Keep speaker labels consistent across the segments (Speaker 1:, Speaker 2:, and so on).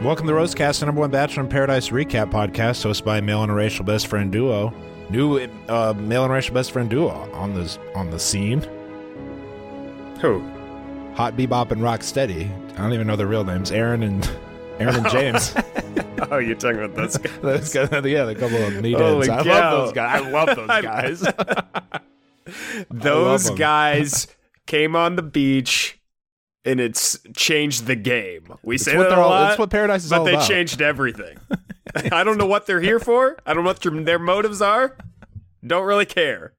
Speaker 1: Welcome to the Rosecast, the number one Bachelor in Paradise recap podcast, hosted by male and racial best friend duo. New uh, male and racial best friend duo on the on the scene.
Speaker 2: Who?
Speaker 1: Hot Bebop and Rocksteady. I don't even know their real names. Aaron and Aaron and James.
Speaker 2: Oh, you're talking about this guy.
Speaker 1: That's good. yeah, the couple of meatheads.
Speaker 2: Holy
Speaker 1: I
Speaker 2: cow.
Speaker 1: love those guys.
Speaker 2: I love those guys.
Speaker 1: I
Speaker 2: those
Speaker 1: love 'em.
Speaker 2: guys came on the beach, and it's changed the game. We say
Speaker 1: what
Speaker 2: that
Speaker 1: they're
Speaker 2: a
Speaker 1: all-
Speaker 2: lot.
Speaker 1: it's what paradise is
Speaker 2: but
Speaker 1: all
Speaker 2: they
Speaker 1: about.
Speaker 2: changed everything. I don't know what they're here for. I don't know what their, their motives are. Don't really care.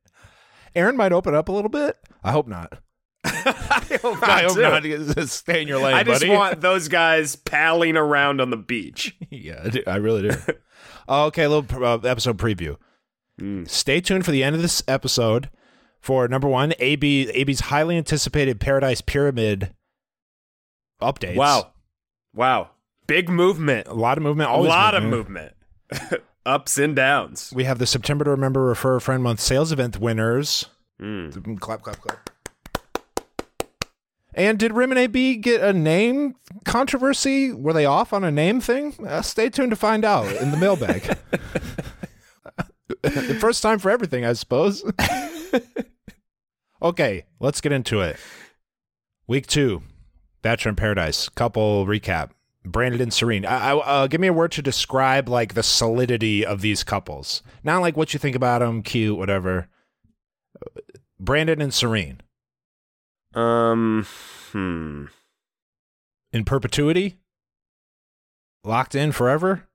Speaker 1: Aaron might open up a little bit. I hope not.
Speaker 2: I hope
Speaker 1: I
Speaker 2: not.
Speaker 1: hope
Speaker 2: too.
Speaker 1: not. Just Stay in your lane,
Speaker 2: I just
Speaker 1: buddy.
Speaker 2: want those guys palling around on the beach.
Speaker 1: yeah, I, do. I really do. okay, a little pr- uh, episode preview.
Speaker 2: Mm.
Speaker 1: Stay tuned for the end of this episode for number one, AB AB's highly anticipated Paradise Pyramid updates.
Speaker 2: Wow. Wow. Big movement.
Speaker 1: a lot of movement.
Speaker 2: A
Speaker 1: Always
Speaker 2: lot
Speaker 1: movement.
Speaker 2: of movement. Ups and downs.
Speaker 1: We have the September to Remember Refer a Friend Month sales event winners. Clap, clap, clap. And did Rim and AB get a name controversy? Were they off on a name thing? Uh, stay tuned to find out in the mailbag. the first time for everything, I suppose. okay, let's get into it. Week two, Bachelor in Paradise, couple recap. Brandon and Serene. I, I, uh, give me a word to describe like the solidity of these couples. Not like what you think about them, cute, whatever. Brandon and Serene
Speaker 2: Um, hmm.
Speaker 1: in perpetuity, locked in forever,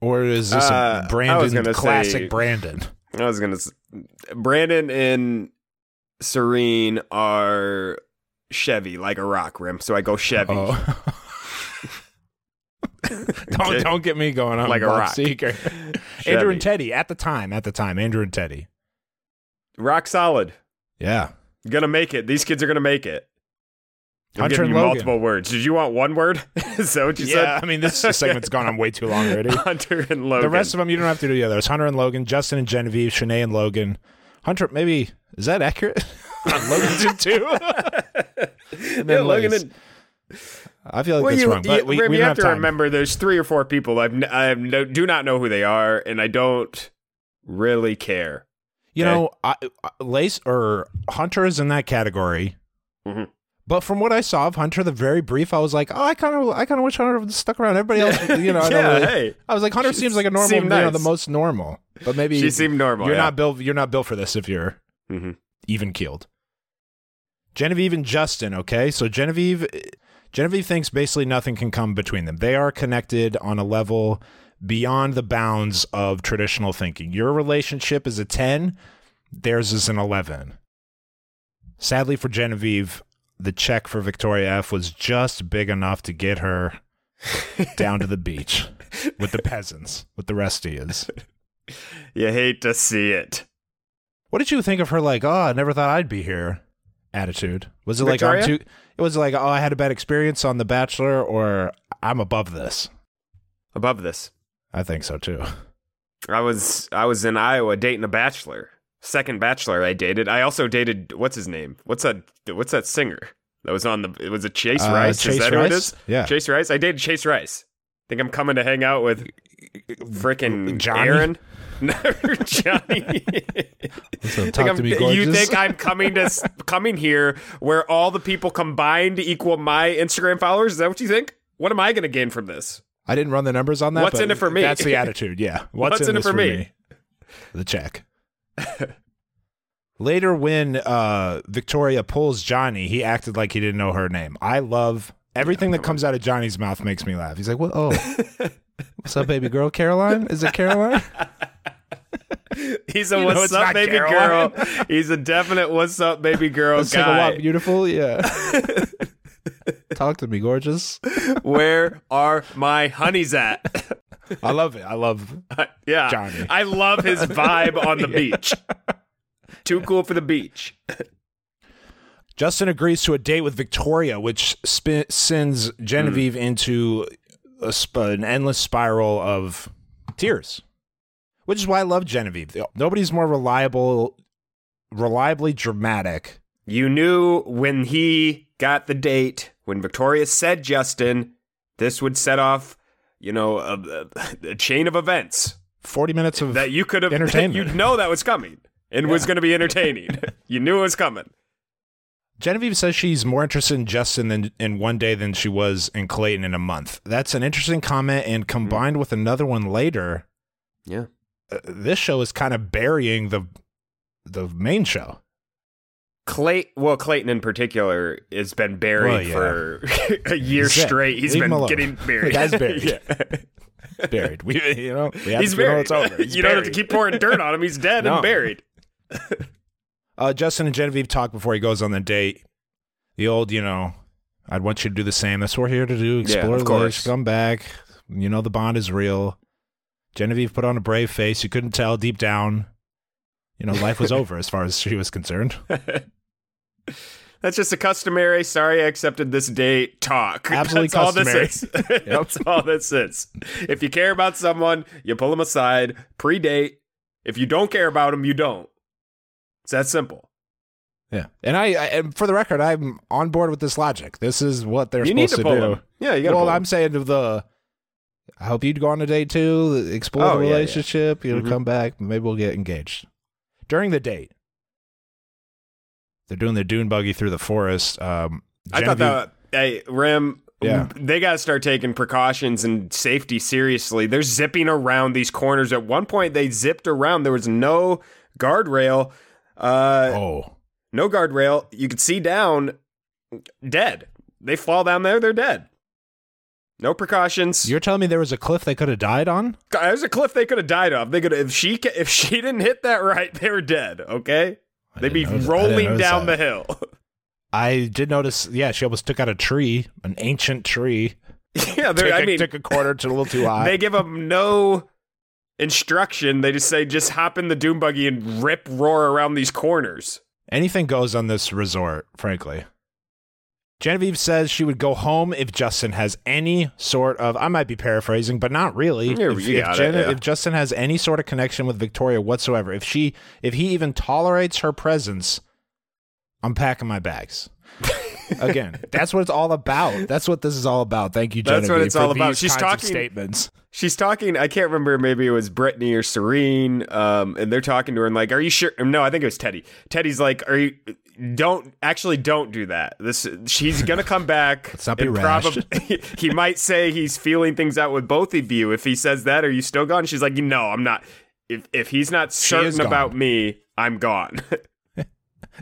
Speaker 1: or is this
Speaker 2: Uh, I
Speaker 1: a
Speaker 2: was
Speaker 1: Brandon
Speaker 2: gonna
Speaker 1: classic?
Speaker 2: say-
Speaker 1: Brandon,
Speaker 2: I was gonna. s- Brandon and Serene are Chevy, like a rock rim. So I go Chevy.
Speaker 1: oh. don't
Speaker 2: Okay.
Speaker 1: don't get me going. I'm
Speaker 2: Like a
Speaker 1: Bob
Speaker 2: rock.
Speaker 1: Seeger.
Speaker 2: Chevy.
Speaker 1: Andrew and Teddy at the time. At the time, Andrew and Teddy.
Speaker 2: Rock solid.
Speaker 1: Yeah,
Speaker 2: Gonna make it. These kids are gonna make it. I'm
Speaker 1: Hunter and
Speaker 2: giving you
Speaker 1: Logan.
Speaker 2: multiple words. Did you want one word? Is that what you
Speaker 1: yeah.
Speaker 2: said?
Speaker 1: I mean, this segment's gone on way too long already.
Speaker 2: Hunter and Logan.
Speaker 1: The rest of them you don't have to do the others. Hunter and Logan, Justin and Genevieve, Shanae and Logan. Hunter, maybe is that accurate? Logan's in two. and
Speaker 2: Yeah, Logan
Speaker 1: Liz.
Speaker 2: and
Speaker 1: I feel like
Speaker 2: well,
Speaker 1: that's
Speaker 2: you,
Speaker 1: wrong. But
Speaker 2: you-
Speaker 1: we,
Speaker 2: Rim,
Speaker 1: we
Speaker 2: you
Speaker 1: don't
Speaker 2: have, to
Speaker 1: time.
Speaker 2: remember there's three or four people I've n- I have no, do not know who they are, and I don't really care.
Speaker 1: You
Speaker 2: okay.
Speaker 1: know, I, I, Lace or Hunter is in that category.
Speaker 2: Mhm.
Speaker 1: But from what I saw of Hunter, the very brief, I was like, oh, I kind of, I kind of wish Hunter would've stuck around. Everybody else, you know, I, don't
Speaker 2: Yeah,
Speaker 1: really-
Speaker 2: hey.
Speaker 1: I was like, Hunter
Speaker 2: She
Speaker 1: seems like a normal,
Speaker 2: seemed
Speaker 1: you know, the
Speaker 2: nice.
Speaker 1: most normal. But maybe
Speaker 2: She seemed normal,
Speaker 1: You're
Speaker 2: yeah.
Speaker 1: not built. You're not built for this if you're
Speaker 2: Mm-hmm.
Speaker 1: even keeled. Genevieve and Justin, okay? So Genevieve Genevieve thinks basically nothing can come between them. They are connected on a level beyond the bounds of traditional thinking. Your relationship is a 10, theirs is an 11. Sadly for Genevieve, the check for Victoria F was just big enough to get her down to the beach with the peasants, with the rustias.
Speaker 2: You hate to see it.
Speaker 1: What did you think of her? Like, oh, I never thought I'd be here. Attitude was it like I'm
Speaker 2: Victoria?
Speaker 1: too? It was like, oh, I had a bad experience on The Bachelor, or I'm above this.
Speaker 2: Above this,
Speaker 1: I think so too.
Speaker 2: I was I was in Iowa dating a bachelor, second bachelor I dated. I also dated what's his name? What's that? What's that singer? That was on the. It was a Chase
Speaker 1: Uh,
Speaker 2: Rice.
Speaker 1: Chase
Speaker 2: is that who it
Speaker 1: Rice?
Speaker 2: is?
Speaker 1: Yeah.
Speaker 2: Chase Rice. I dated Chase Rice. Think I'm coming to hang out with freaking
Speaker 1: Johnny?
Speaker 2: Aaron. No, Johnny.
Speaker 1: So
Speaker 2: Think
Speaker 1: talk to
Speaker 2: I'm-
Speaker 1: me, gorgeous.
Speaker 2: You think I'm coming to s- coming here where all the people combined equal my Instagram followers? Is that what you think? What am I going to gain from this?
Speaker 1: I didn't run the numbers on that.
Speaker 2: What's
Speaker 1: but
Speaker 2: in it for me?
Speaker 1: That's the attitude. Yeah. What's, in, it for me? The check. Later, when uh, Victoria pulls Johnny, he acted like he didn't know her name. I love everything that comes out of Johnny's mouth makes me laugh. He's like, "What? Oh, what's up, baby girl? Caroline? Is it Caroline?
Speaker 2: He's a
Speaker 1: You know
Speaker 2: what's
Speaker 1: it's
Speaker 2: up
Speaker 1: not
Speaker 2: baby
Speaker 1: Caroline.
Speaker 2: girl. He's a definite what's up baby girl
Speaker 1: Let's take a walk,
Speaker 2: guy.
Speaker 1: beautiful. Yeah. Talk to me, gorgeous.
Speaker 2: Where are my honeys at?
Speaker 1: I love it. I love.
Speaker 2: yeah.
Speaker 1: Johnny.
Speaker 2: I love his vibe on the beach. Too cool for the beach.
Speaker 1: Justin agrees to a date with Victoria, which spin- sends Genevieve
Speaker 2: Hmm.
Speaker 1: into a sp- an endless spiral of tears, which is why I love Genevieve. Nobody's more reliable, reliably dramatic.
Speaker 2: You knew when he got the date, when Victoria said Justin, this would set off, you know, a, a, a chain of events
Speaker 1: Forty minutes of
Speaker 2: that you could have
Speaker 1: Entertainment.
Speaker 2: You know that was coming and was going to be entertaining. you knew it was coming.
Speaker 1: Genevieve says she's more interested in Justin than in one day than she was in Clayton in a month. That's an interesting comment, and combined with another one later,
Speaker 2: Mm-hmm. Yeah.
Speaker 1: uh, this show is kind of burying the the main show.
Speaker 2: Clay, well, Clayton in particular has been
Speaker 1: Well,
Speaker 2: buried
Speaker 1: yeah.
Speaker 2: for a year
Speaker 1: That's it.
Speaker 2: straight. He's
Speaker 1: Leave him
Speaker 2: been
Speaker 1: alone.
Speaker 2: getting buried.
Speaker 1: The guy's buried.
Speaker 2: Yeah.
Speaker 1: Buried. We, you know, we had the
Speaker 2: He's
Speaker 1: funeral,
Speaker 2: buried.
Speaker 1: It's over. He's
Speaker 2: you don't have to
Speaker 1: buried.
Speaker 2: keep pouring dirt on him. He's dead
Speaker 1: No.
Speaker 2: and buried.
Speaker 1: Uh, Justin and Genevieve talk before he goes on the date. The old, you know, I'd want you to do the same. That's what we're here to do.
Speaker 2: Yeah,
Speaker 1: Explore
Speaker 2: of
Speaker 1: the
Speaker 2: course.
Speaker 1: course. come back. You know, the bond is real. Genevieve put on a brave face. You couldn't tell deep down. You know, life was over as far as she was concerned.
Speaker 2: That's just a customary. Sorry, I accepted this date. Talk.
Speaker 1: Absolutely
Speaker 2: That's all this
Speaker 1: customary.
Speaker 2: is. That's all this is. If you care about someone, you pull them aside. Pre-date. If you don't care about them, you don't. It's that simple.
Speaker 1: Yeah. And I, I and for the record, I'm on board with this logic. This is what they're
Speaker 2: you need
Speaker 1: supposed
Speaker 2: to, pull
Speaker 1: do.
Speaker 2: them. Yeah, you got to
Speaker 1: well,
Speaker 2: pull
Speaker 1: I'm saying to the. I hope you'd go on a date too. Explore
Speaker 2: Oh,
Speaker 1: the
Speaker 2: yeah, yeah.
Speaker 1: relationship. You'll
Speaker 2: Mhm.
Speaker 1: come back. Maybe we'll get engaged during the date. They're doing the dune buggy through the forest. Um,
Speaker 2: I
Speaker 1: Genevieve-
Speaker 2: thought that hey Rim,
Speaker 1: Yeah.
Speaker 2: they got to start taking precautions and safety seriously. They're zipping around these corners. At one point, they zipped around. There was no guardrail. Uh,
Speaker 1: Oh,
Speaker 2: No guardrail. You could see down. Dead. They fall down there. They're dead. No precautions.
Speaker 1: you're telling me there was a cliff they could have died on?
Speaker 2: There's a cliff they could have died of. They could if she ca- if she didn't hit that right, they were dead. Okay,
Speaker 1: I
Speaker 2: they'd be
Speaker 1: didn't notice- I didn't
Speaker 2: rolling
Speaker 1: notice
Speaker 2: down
Speaker 1: that.
Speaker 2: the hill.
Speaker 1: I did notice. Yeah, she almost took out a tree, an ancient tree.
Speaker 2: yeah, they're,
Speaker 1: took,
Speaker 2: I
Speaker 1: a-
Speaker 2: mean,
Speaker 1: took a quarter to a little too high.
Speaker 2: they give them no instruction. They just say, just hop in the doom buggy and rip roar around these corners.
Speaker 1: Anything goes on this resort, frankly. Genevieve says she would go home if Justin has any sort of, I might be paraphrasing, but not really.
Speaker 2: Yeah,
Speaker 1: if,
Speaker 2: you
Speaker 1: if
Speaker 2: got it,
Speaker 1: Gene-
Speaker 2: yeah.
Speaker 1: if Justin has any sort of connection with Victoria whatsoever, if she, if he even tolerates her presence, I'm packing my bags. Again, that's what it's all about. That's what this is all about. Thank you, Genevieve.
Speaker 2: That's what it's
Speaker 1: for
Speaker 2: all about.
Speaker 1: these
Speaker 2: She's
Speaker 1: kinds of
Speaker 2: talking-
Speaker 1: statements.
Speaker 2: She's talking. I can't remember. Maybe it was Brittany or Serene. Um, and they're talking to her and like, "Are you sure?" No, I think it was Teddy. Teddy's like, "Are you? Don't actually don't do that. This she's gonna come back.
Speaker 1: Let's not be
Speaker 2: and
Speaker 1: rash.
Speaker 2: probab- he might say he's feeling things out with both of you. If he says that, are you still gone? She's like, "No, I'm not. If if he's not
Speaker 1: is
Speaker 2: certain
Speaker 1: gone.
Speaker 2: about me, I'm gone."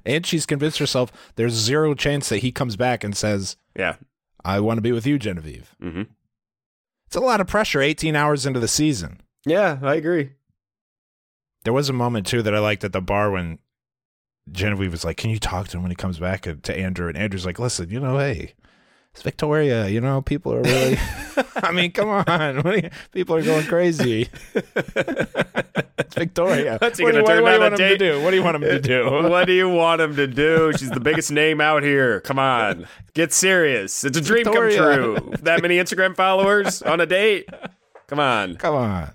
Speaker 1: And she's convinced herself there's zero chance that he comes back and says,
Speaker 2: yeah.
Speaker 1: I want to be with you, Genevieve.
Speaker 2: Mm-hmm.
Speaker 1: It's a lot of pressure 18 hours into the season.
Speaker 2: Yeah, I agree.
Speaker 1: There was a moment, too, that I liked at the bar when Genevieve was like, Can you talk to him when he comes back And- to Andrew? And Andrew's like, Listen, you know, hey, it's Victoria. You know, people are really, I mean, come on. What are you- people are going crazy. it's Victoria.
Speaker 2: What's he
Speaker 1: do
Speaker 2: gonna
Speaker 1: you- do
Speaker 2: turn
Speaker 1: you
Speaker 2: down a
Speaker 1: want him to
Speaker 2: date?
Speaker 1: do? What do you want him to do?
Speaker 2: what do you want him to do? She's the biggest name out here. Come on. Get serious. It's a dream
Speaker 1: Victoria.
Speaker 2: come true. That many Instagram followers on a date? Come on.
Speaker 1: Come on.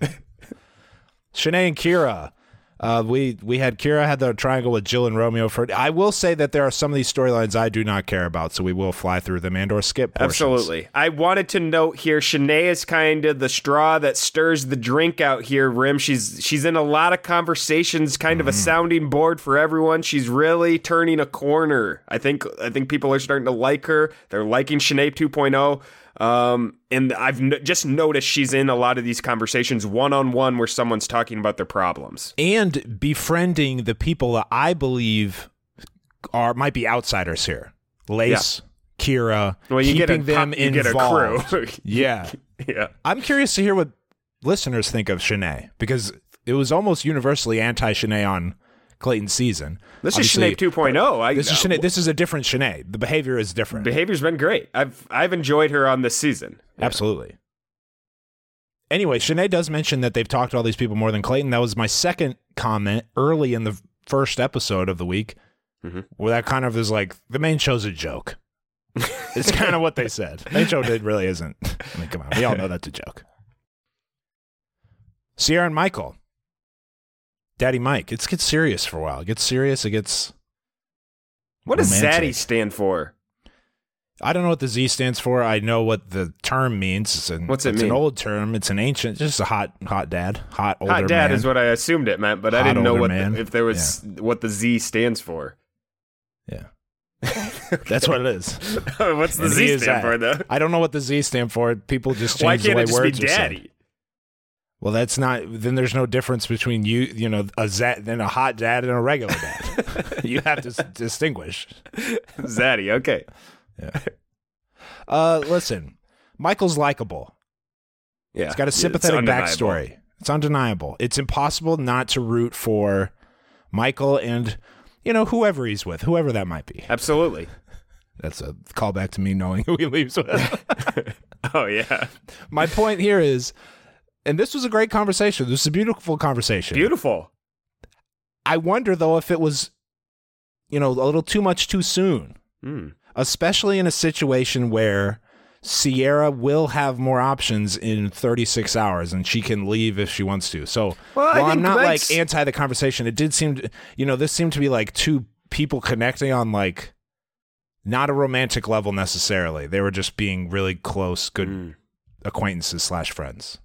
Speaker 1: Shanae and Kira. Uh, we we had Kira had the triangle with Jill and Romeo for. I will say that there are some of these storylines I do not care about, so we will fly through them and or skip. Portions.
Speaker 2: Absolutely. I wanted to note here, Shanae is kind of the straw that stirs the drink out here, Rim. She's she's in a lot of conversations, kind
Speaker 1: Mm-hmm.
Speaker 2: of a sounding board for everyone. She's really turning a corner. I think I think people are starting to like her. They're liking Shanae 2.0. Um, and I've n- just noticed she's in a lot of these conversations one on one where someone's talking about their problems.
Speaker 1: and befriending the people that I believe are might be outsiders here. Lace, Kira,
Speaker 2: Well, you get a
Speaker 1: keeping them
Speaker 2: co- you get a crew.
Speaker 1: involved. yeah,
Speaker 2: Yeah.
Speaker 1: I'm curious to hear what listeners think of Shanae because it was almost universally anti Shanae on Clayton's season.
Speaker 2: This
Speaker 1: Obviously,
Speaker 2: is Shanae 2.0. I,
Speaker 1: This is Shanae. This is a different Shanae. The behavior is different.
Speaker 2: Behavior's been great. I've I've enjoyed her on this season.
Speaker 1: Absolutely. Anyway, Shanae does mention that they've talked to all these people more than Clayton. That was my second comment early in the first episode of the week,
Speaker 2: Mhm.
Speaker 1: where that kind of is like the main show's a joke. it's kind of what they said. Main show did really isn't. I mean, come on, we all know that's a joke. Sierra and Michael, Daddy Mike. It gets serious for a while. It gets serious. It gets.
Speaker 2: What does
Speaker 1: romantic.
Speaker 2: Zaddy stand for?
Speaker 1: I don't know what the Z stands for. I know what the term means. It's an,
Speaker 2: What's it
Speaker 1: it's an
Speaker 2: mean?
Speaker 1: old term. It's an ancient. Just a hot, hot dad, hot older
Speaker 2: Hot dad
Speaker 1: man.
Speaker 2: is what I assumed it meant, but I
Speaker 1: Hot
Speaker 2: didn't know
Speaker 1: older
Speaker 2: what
Speaker 1: man.
Speaker 2: the, if there was what the Z stands for.
Speaker 1: yeah, that's what it is.
Speaker 2: What's the
Speaker 1: And he
Speaker 2: Z
Speaker 1: is that.
Speaker 2: stand for though?
Speaker 1: I don't know what the Z stand for. People just change
Speaker 2: Why
Speaker 1: the
Speaker 2: can't
Speaker 1: way
Speaker 2: it just be
Speaker 1: words are said.
Speaker 2: daddy?
Speaker 1: Well, that's not. Then there's no difference between you, you know, a za- then a hot dad and a regular dad. you have to s- distinguish.
Speaker 2: Zaddy, okay.
Speaker 1: Uh, listen, Michael's likable.
Speaker 2: Yeah.
Speaker 1: It's got a
Speaker 2: It's
Speaker 1: sympathetic
Speaker 2: undeniable.
Speaker 1: backstory. It's undeniable. It's impossible not to root for Michael and you know whoever he's with, whoever that might be.
Speaker 2: Absolutely.
Speaker 1: That's a callback to me knowing who he leaves with.
Speaker 2: Oh yeah.
Speaker 1: My point here is, and this was a great conversation. This was a beautiful conversation.
Speaker 2: Beautiful.
Speaker 1: I wonder though if it was, you know, a little too much too soon,
Speaker 2: Hmm.
Speaker 1: especially in a situation where. Sierra will have more options in 36 hours and she can leave if she wants to. So,
Speaker 2: Well, I
Speaker 1: while I'm
Speaker 2: think
Speaker 1: not
Speaker 2: Mike's-
Speaker 1: like anti the conversation, it did seem, to, you know, this seemed to be like two people connecting on like not a romantic level necessarily. They were just being really close, good
Speaker 2: Hmm.
Speaker 1: acquaintances slash friends.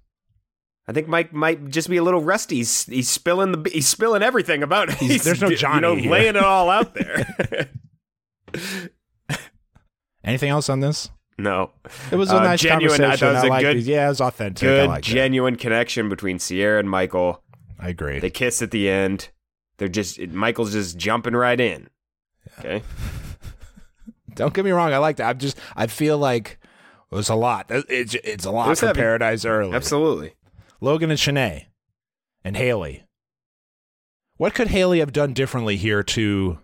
Speaker 2: I think Mike might just be a little rusty. He's, he's spilling the he's spilling everything about it.
Speaker 1: He's- there's no
Speaker 2: you know,
Speaker 1: Johnny here.
Speaker 2: laying it all out there.
Speaker 1: Anything else on this?
Speaker 2: no,
Speaker 1: It was a
Speaker 2: Uh,
Speaker 1: nice
Speaker 2: genuine, I thought it
Speaker 1: conversation.
Speaker 2: was a
Speaker 1: liked
Speaker 2: good-
Speaker 1: it. Yeah, it was authentic. I
Speaker 2: good
Speaker 1: liked it.
Speaker 2: genuine connection between Sierra and Michael.
Speaker 1: I agree.
Speaker 2: They kiss at the end. They're just it, Michael's just jumping right in. Okay,
Speaker 1: Don't get me wrong. I liked it. I'm just, I feel like it was a lot. It's, it's a
Speaker 2: It
Speaker 1: lot
Speaker 2: was
Speaker 1: for
Speaker 2: heavy.
Speaker 1: Paradise Early.
Speaker 2: absolutely.
Speaker 1: Logan and Shanae and Haley. What could Haley have done differently here to,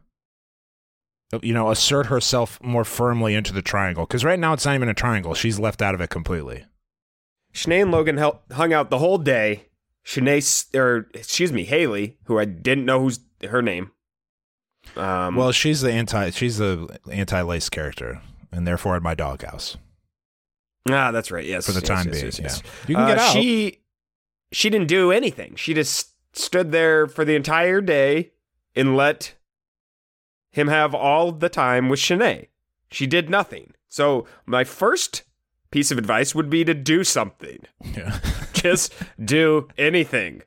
Speaker 1: you know, assert herself more firmly into the triangle? Because right now it's not even a triangle. She's left out of it completely.
Speaker 2: Shanae and Logan hel- hung out the whole day. Shanae, s- or excuse me, Haley, who I didn't know who's her name. Um,
Speaker 1: well, she's the anti, she's the anti lace character, and therefore in my doghouse.
Speaker 2: ah, that's right. Yes,
Speaker 1: For the
Speaker 2: yes,
Speaker 1: time
Speaker 2: yes,
Speaker 1: being,
Speaker 2: yes, yes.
Speaker 1: yeah. You can get
Speaker 2: Uh,
Speaker 1: out.
Speaker 2: She she didn't do anything. She just stood there for the entire day and let him have all the time with Shanae. She did nothing. So my first piece of advice would be to do something.
Speaker 1: Yeah.
Speaker 2: Just do anything.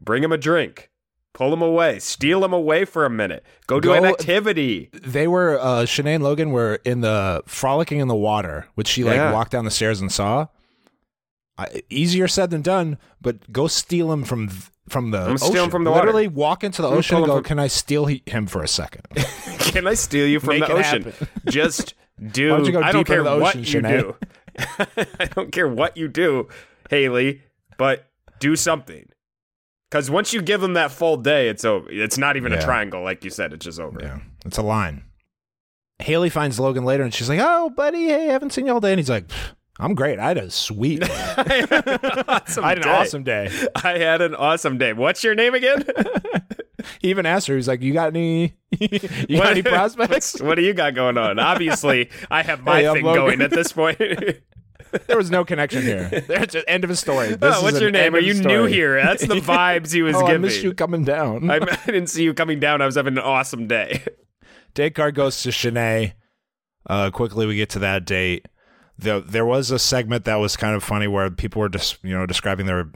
Speaker 2: Bring him a drink. Pull him away. Steal him away for a minute. Go do an
Speaker 1: Go-
Speaker 2: activity.
Speaker 1: they were uh Shanae and Logan were in the frolicking in the water, which she like
Speaker 2: Yeah.
Speaker 1: walked down the stairs and saw. I, easier said than done, but go steal him from th- from the
Speaker 2: I'm gonna
Speaker 1: ocean.
Speaker 2: steal him from the water.
Speaker 1: Literally walk into the
Speaker 2: I'm gonna
Speaker 1: ocean
Speaker 2: steal
Speaker 1: and
Speaker 2: him
Speaker 1: go,
Speaker 2: from-
Speaker 1: "Can I steal he- him for a second?
Speaker 2: Can I steal you from
Speaker 1: Make
Speaker 2: the
Speaker 1: it
Speaker 2: ocean?
Speaker 1: happen.
Speaker 2: Just do.
Speaker 1: Why don't you go
Speaker 2: I don't
Speaker 1: deeper
Speaker 2: care
Speaker 1: in the
Speaker 2: what
Speaker 1: ocean,
Speaker 2: you do. I don't care what you do, Haley, but do something. Because once you give him that full day, it's over. It's not even a
Speaker 1: Yeah.
Speaker 2: triangle, like you said. It's just over.
Speaker 1: yeah, it's a line. Haley finds Logan later, and she's like, "Oh, buddy, hey, haven't seen you all day." And he's like, "Pfft, "I'm great. I had a sweet, I
Speaker 2: I had an awesome
Speaker 1: had an
Speaker 2: day.
Speaker 1: awesome day."
Speaker 2: I had an awesome day. What's your name again?
Speaker 1: He even asked her, "He's like, you got any, you got any prospects?"
Speaker 2: What do you got going on? Obviously, I have my
Speaker 1: Hey, I'm
Speaker 2: thing
Speaker 1: Logan.
Speaker 2: going at this point.
Speaker 1: there was no connection here. There's just, end of a story. This
Speaker 2: Oh,
Speaker 1: is
Speaker 2: what's
Speaker 1: an
Speaker 2: your name?
Speaker 1: end
Speaker 2: Are
Speaker 1: of
Speaker 2: you new
Speaker 1: story.
Speaker 2: here? That's the vibes he was
Speaker 1: Oh, I
Speaker 2: giving.
Speaker 1: missed you coming down.
Speaker 2: I didn't see you coming down. I was having an awesome day.
Speaker 1: Descartes goes to Shanae. Uh, quickly, we get to that date. Though there was a segment that was kind of funny where people were just you know describing their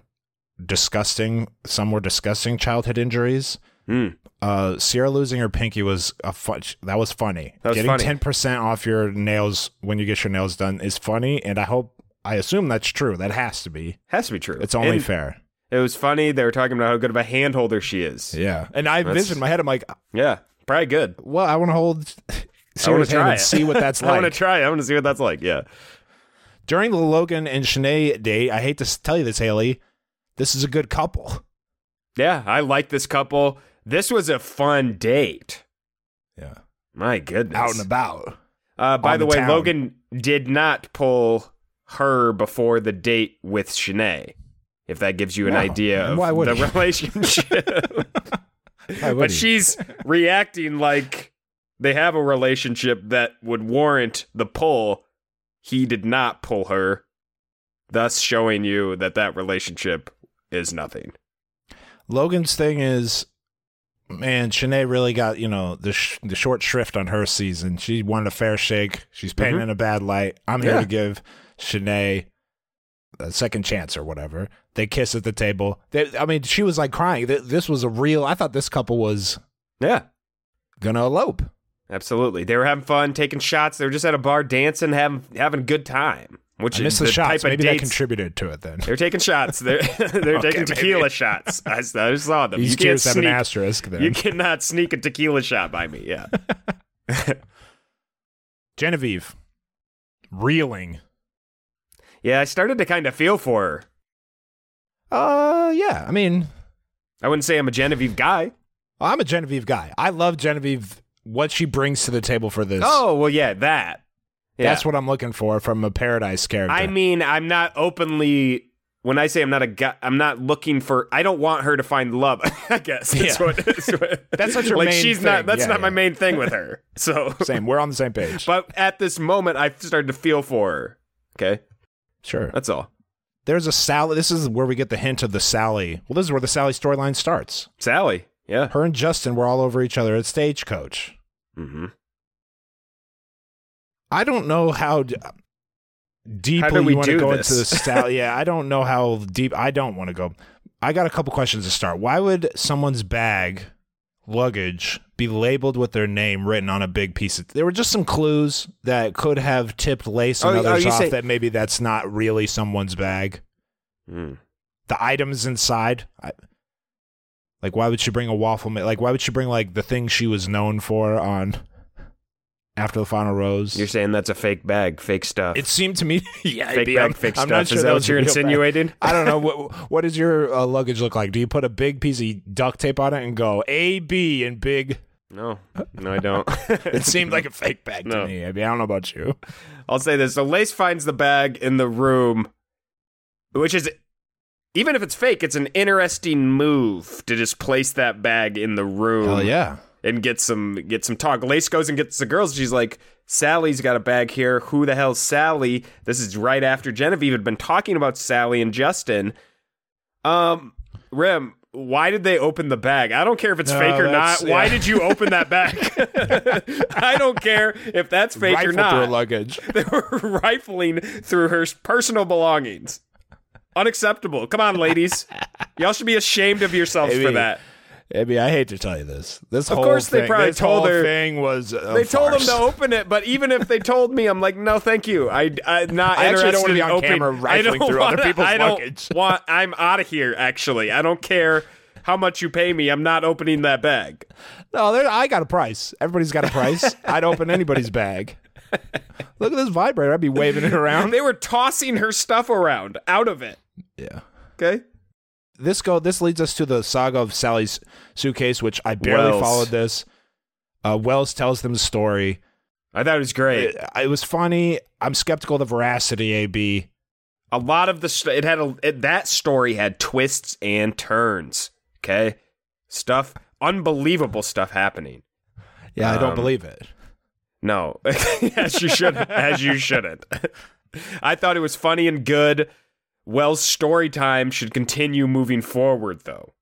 Speaker 1: disgusting. Some were disgusting childhood injuries.
Speaker 2: Hmm.
Speaker 1: Uh, Sierra losing her pinky was a fun. That was funny.
Speaker 2: That was
Speaker 1: Getting
Speaker 2: funny.
Speaker 1: ten percent off your nails when you get your nails done is funny, and I hope I assume that's true. That has to be.
Speaker 2: Has to be true.
Speaker 1: It's only
Speaker 2: And
Speaker 1: fair.
Speaker 2: It was funny. They were talking about how good of a hand holder she is.
Speaker 1: Yeah, and I
Speaker 2: That's-
Speaker 1: envisioned in my head. I'm like,
Speaker 2: Yeah, probably good.
Speaker 1: well, I want to hold
Speaker 2: wanna
Speaker 1: Sierra's hand and see what that's
Speaker 2: I
Speaker 1: like.
Speaker 2: want to try. it. I want to see what that's like. Yeah.
Speaker 1: During the Logan and Shanae date, I hate to s- tell you this, Haley, this is a good couple.
Speaker 2: Yeah, I like this couple. This was a fun date.
Speaker 1: Yeah.
Speaker 2: My goodness.
Speaker 1: Out and about.
Speaker 2: Uh, by
Speaker 1: on
Speaker 2: the
Speaker 1: the
Speaker 2: way,
Speaker 1: town.
Speaker 2: Logan did not pull her before the date with Shanae. If that gives you an
Speaker 1: No.
Speaker 2: idea of
Speaker 1: Why would
Speaker 2: the
Speaker 1: he?
Speaker 2: relationship.
Speaker 1: Why would
Speaker 2: but
Speaker 1: he?
Speaker 2: she's reacting like they have a relationship that would warrant the pull. He did not pull her, thus showing you that that relationship is nothing.
Speaker 1: Logan's thing is, man, Shanae really got, you know, the, sh- the short shrift on her season. She wanted a fair shake. She's painted in a bad light. I'm here
Speaker 2: Mm-hmm. Yeah.
Speaker 1: to give Shanae a second chance or whatever. They kiss at the table. They, I mean, she was like crying. Th- This was a real, I thought this couple was
Speaker 2: Yeah,
Speaker 1: going to elope.
Speaker 2: absolutely. They were having fun, taking shots. They were just at a bar dancing, having having a good time. Which
Speaker 1: I missed
Speaker 2: is
Speaker 1: the, shots.
Speaker 2: type of
Speaker 1: Maybe that
Speaker 2: dates.
Speaker 1: contributed to it then.
Speaker 2: They're taking shots. They're they're
Speaker 1: Okay,
Speaker 2: taking
Speaker 1: maybe.
Speaker 2: tequila shots. I, s- I saw them.
Speaker 1: These
Speaker 2: you can't
Speaker 1: tears have an
Speaker 2: sneak-
Speaker 1: asterisk there.
Speaker 2: You cannot sneak a tequila shot by me. Yeah.
Speaker 1: Genevieve reeling.
Speaker 2: Yeah, I started to kind of feel for her.
Speaker 1: Uh, yeah. I mean,
Speaker 2: I wouldn't say I'm a Genevieve guy.
Speaker 1: I'm a Genevieve guy. I love Genevieve. What she brings to the table for this.
Speaker 2: Oh, well, yeah, that. Yeah.
Speaker 1: that's what I'm looking for from a Paradise character.
Speaker 2: I mean, I'm not openly. When I say I'm not a guy, I'm not looking for. I don't want her to find love. I guess that's
Speaker 1: Yeah.
Speaker 2: what. That's what,
Speaker 1: That's not your
Speaker 2: like.
Speaker 1: main
Speaker 2: she's not.
Speaker 1: thing.
Speaker 2: That's
Speaker 1: Yeah,
Speaker 2: not my
Speaker 1: yeah.
Speaker 2: main thing with her. So,
Speaker 1: same. We're on the same page.
Speaker 2: but at this moment, I've started to feel for her. Okay,
Speaker 1: sure.
Speaker 2: that's all.
Speaker 1: There's a Sally. This is where we get the hint of the Sally. Well, this is where the Sally storyline starts.
Speaker 2: Sally. Yeah.
Speaker 1: Her and Justin were all over each other at Stagecoach.
Speaker 2: Mm-hmm.
Speaker 1: I don't know how d- deeply
Speaker 2: do we
Speaker 1: you want
Speaker 2: do
Speaker 1: to go
Speaker 2: this?
Speaker 1: into the style. yeah, I don't know how deep. I don't want to go. I got a couple questions to start. Why would someone's bag luggage be labeled with their name written on a big piece? Of, there were just some clues that could have tipped Lace and
Speaker 2: Oh, oh,
Speaker 1: others
Speaker 2: you
Speaker 1: off
Speaker 2: say-
Speaker 1: that maybe that's not really someone's bag.
Speaker 2: Mm.
Speaker 1: The items inside. I, like, why would she bring a waffle? Ma- like, why would she bring like the thing she was known for on after the final rose?
Speaker 2: You're saying that's a fake bag, fake stuff.
Speaker 1: It seemed to me, yeah,
Speaker 2: Fake
Speaker 1: maybe
Speaker 2: bag,
Speaker 1: I'm,
Speaker 2: fake
Speaker 1: I'm not
Speaker 2: stuff.
Speaker 1: sure
Speaker 2: Is that what
Speaker 1: was
Speaker 2: you're
Speaker 1: real bag.
Speaker 2: insinuating?
Speaker 1: I don't know. What, what does your uh, luggage look like? Do you put a big piece of duct tape on it and go A B in big?
Speaker 2: no, no, I don't.
Speaker 1: It seemed like a fake bag
Speaker 2: No.
Speaker 1: to me. I mean, I don't know about you.
Speaker 2: I'll say this. So Lace finds the bag in the room, which is, even if it's fake, it's an interesting move to just place that bag in the room.
Speaker 1: yeah,
Speaker 2: And get some get some talk. Lace goes and gets the girls. She's like, Sally's got a bag here. Who the hell's Sally? This is right after Genevieve had been talking about Sally and Justin. Um, Rim, why did they open the bag? I don't care if it's
Speaker 1: No,
Speaker 2: fake or not.
Speaker 1: that's-
Speaker 2: Why
Speaker 1: yeah.
Speaker 2: did you open that bag? I don't care if that's fake or
Speaker 1: Rifle
Speaker 2: not
Speaker 1: through a luggage.
Speaker 2: they were rifling through her personal belongings. Unacceptable. Come on, ladies. Y'all should be ashamed of yourselves
Speaker 1: Maybe.
Speaker 2: for that.
Speaker 1: I mean, I hate to tell you this. This
Speaker 2: Of
Speaker 1: whole
Speaker 2: course they
Speaker 1: thing-
Speaker 2: probably
Speaker 1: this
Speaker 2: told
Speaker 1: whole
Speaker 2: her-
Speaker 1: thing was. a
Speaker 2: They told them
Speaker 1: farce.
Speaker 2: to open it, but even if they told me, I'm like, no, thank you. I, am not
Speaker 1: I actually
Speaker 2: interested
Speaker 1: don't wanna
Speaker 2: in
Speaker 1: be on
Speaker 2: opening-
Speaker 1: camera
Speaker 2: I
Speaker 1: rifling
Speaker 2: don't
Speaker 1: through other
Speaker 2: wanna-
Speaker 1: people's
Speaker 2: I don't
Speaker 1: luggage.
Speaker 2: want- I'm out of here, actually. I don't care how much you pay me. I'm not opening that bag.
Speaker 1: No, there- I got a price. Everybody's got a price. I'd open anybody's bag. Look at this vibrator. I'd be waving it around.
Speaker 2: They were tossing her stuff around out of it.
Speaker 1: Yeah.
Speaker 2: Okay.
Speaker 1: this go this leads us to the saga of Sally's suitcase, which I barely
Speaker 2: Wells.
Speaker 1: followed this. Uh, Wells tells them the story.
Speaker 2: I thought it was great.
Speaker 1: It, it was funny. I'm skeptical of the veracity. AB.
Speaker 2: a lot of the st- it had a it, that story had twists and turns okay stuff unbelievable stuff happening
Speaker 1: Yeah, I don't
Speaker 2: Um,
Speaker 1: believe it.
Speaker 2: no as you shouldn't as you shouldn't I thought it was funny and good. Wells' story time should continue moving forward, though.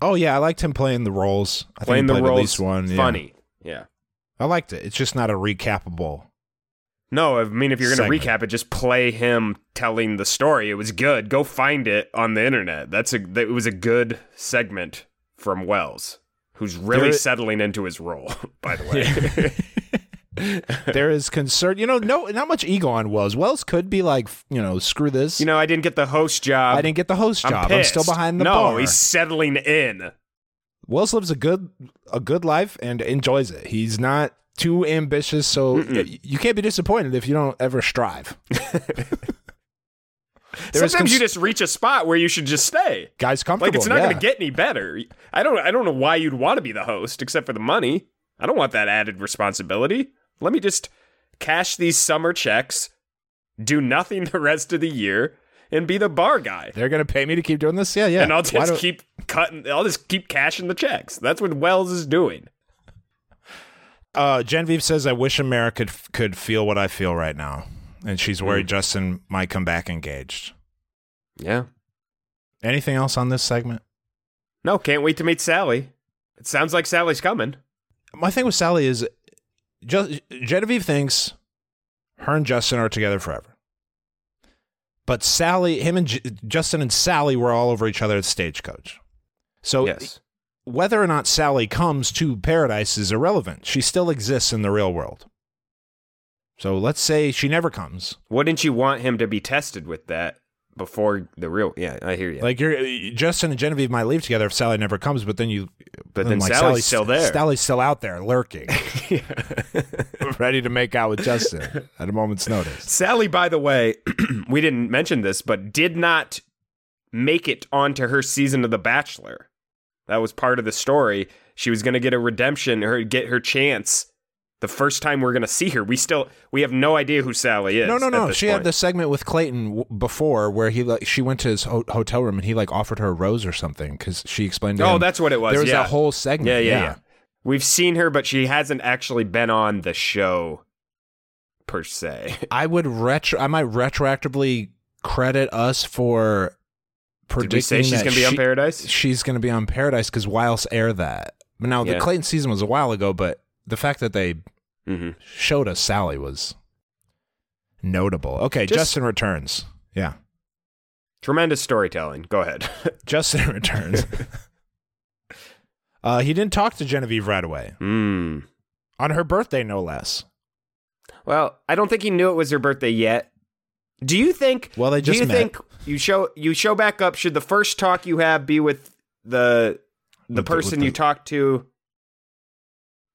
Speaker 1: Oh yeah, I liked him playing the roles. I
Speaker 2: Playing
Speaker 1: think he
Speaker 2: the
Speaker 1: played
Speaker 2: roles,
Speaker 1: at least one. yeah.
Speaker 2: funny. Yeah.
Speaker 1: I liked it. It's just not a recapable.
Speaker 2: No, I mean, if you're going to
Speaker 1: Segment.
Speaker 2: recap it, just play him telling the story. It was good. Go find it on the internet. That's a. That was a good segment from Wells, who's really
Speaker 1: There-
Speaker 2: settling into his role. By the way,
Speaker 1: there is concern. You know, no, not much ego on Wells. Wells could be like, f- you know, screw this.
Speaker 2: you know, I didn't get the host job.
Speaker 1: I didn't get the host
Speaker 2: I'm
Speaker 1: job. I'm still
Speaker 2: pissed.
Speaker 1: behind the
Speaker 2: no,
Speaker 1: bar.
Speaker 2: he's settling in.
Speaker 1: Wells lives a good a good life and enjoys it. He's not too ambitious, so y- you can't be disappointed if you don't ever strive. There is
Speaker 2: Sometimes you
Speaker 1: cons-
Speaker 2: just reach a spot where you should just stay.
Speaker 1: guys comfortable.
Speaker 2: Like it's not
Speaker 1: yeah.
Speaker 2: going to get any better. I don't. I don't know why you'd want to be the host except for the money. I don't want that added responsibility. Let me just cash these summer checks, do nothing the rest of the year, and be the bar guy.
Speaker 1: They're going to pay me to keep doing this. Yeah, yeah.
Speaker 2: And I'll
Speaker 1: Why
Speaker 2: just
Speaker 1: don't-
Speaker 2: keep cutting. I'll just keep cashing the checks. That's what Wells is doing.
Speaker 1: Uh, Genevieve says, "I wish America could, could feel what I feel right now," and she's worried
Speaker 2: Mm.
Speaker 1: Justin might come back engaged.
Speaker 2: Yeah.
Speaker 1: Anything else on this segment?
Speaker 2: No, can't wait to meet Sally. It sounds like Sally's coming.
Speaker 1: My thing with Sally is, just, Genevieve thinks her and Justin are together forever, but Sally, him and J- Justin and Sally were all over each other at Stagecoach. So whether or not Sally comes to paradise is irrelevant. She still exists in the real world. So let's say she never comes.
Speaker 2: Wouldn't you want him to be tested with that before the real? Yeah, I hear you.
Speaker 1: Like you're Justin and Genevieve might leave together if Sally never comes, but then you,
Speaker 2: But then Sally's still there.
Speaker 1: Sally's still out there lurking, ready to make out with Justin at a moment's notice.
Speaker 2: Sally, by the way, we didn't mention this, but did not make it onto her season of The Bachelor. That was part of the story. She was going to get a redemption or get her chance. The first time we're going to see her, we still we have no idea who Sally is.
Speaker 1: No, no,
Speaker 2: at
Speaker 1: no.
Speaker 2: this
Speaker 1: She
Speaker 2: point.
Speaker 1: had the segment with Clayton w- before where he like she went to his ho- hotel room and he like offered her a rose or something because she explained. To
Speaker 2: Oh,
Speaker 1: him-
Speaker 2: that's what it was.
Speaker 1: There was
Speaker 2: yeah.
Speaker 1: that whole segment.
Speaker 2: Yeah, yeah, yeah. We've seen her, but she hasn't actually been on the show per se.
Speaker 1: I would retro. I might retroactively credit us for
Speaker 2: Did we
Speaker 1: predicting
Speaker 2: say she's
Speaker 1: that
Speaker 2: going to be on
Speaker 1: she-
Speaker 2: Paradise?
Speaker 1: she's going to be on Paradise because why else air that? But now
Speaker 2: Yeah.
Speaker 1: the Clayton season was a while ago, but the fact that they
Speaker 2: Mm-hmm.
Speaker 1: showed us Sally was notable. Okay,
Speaker 2: Just-
Speaker 1: Justin returns. Yeah,
Speaker 2: Tremendous storytelling. Go ahead.
Speaker 1: Justin returns. uh, he didn't talk to Genevieve right away
Speaker 2: Hmm.
Speaker 1: on her birthday, no less.
Speaker 2: Well, I don't think he knew it was her birthday yet. Do you think?
Speaker 1: Well, they
Speaker 2: do
Speaker 1: just
Speaker 2: you
Speaker 1: met.
Speaker 2: think you show you show back up? Should the first talk you have be with the
Speaker 1: With
Speaker 2: the
Speaker 1: the-
Speaker 2: person
Speaker 1: with
Speaker 2: you
Speaker 1: the-
Speaker 2: talked to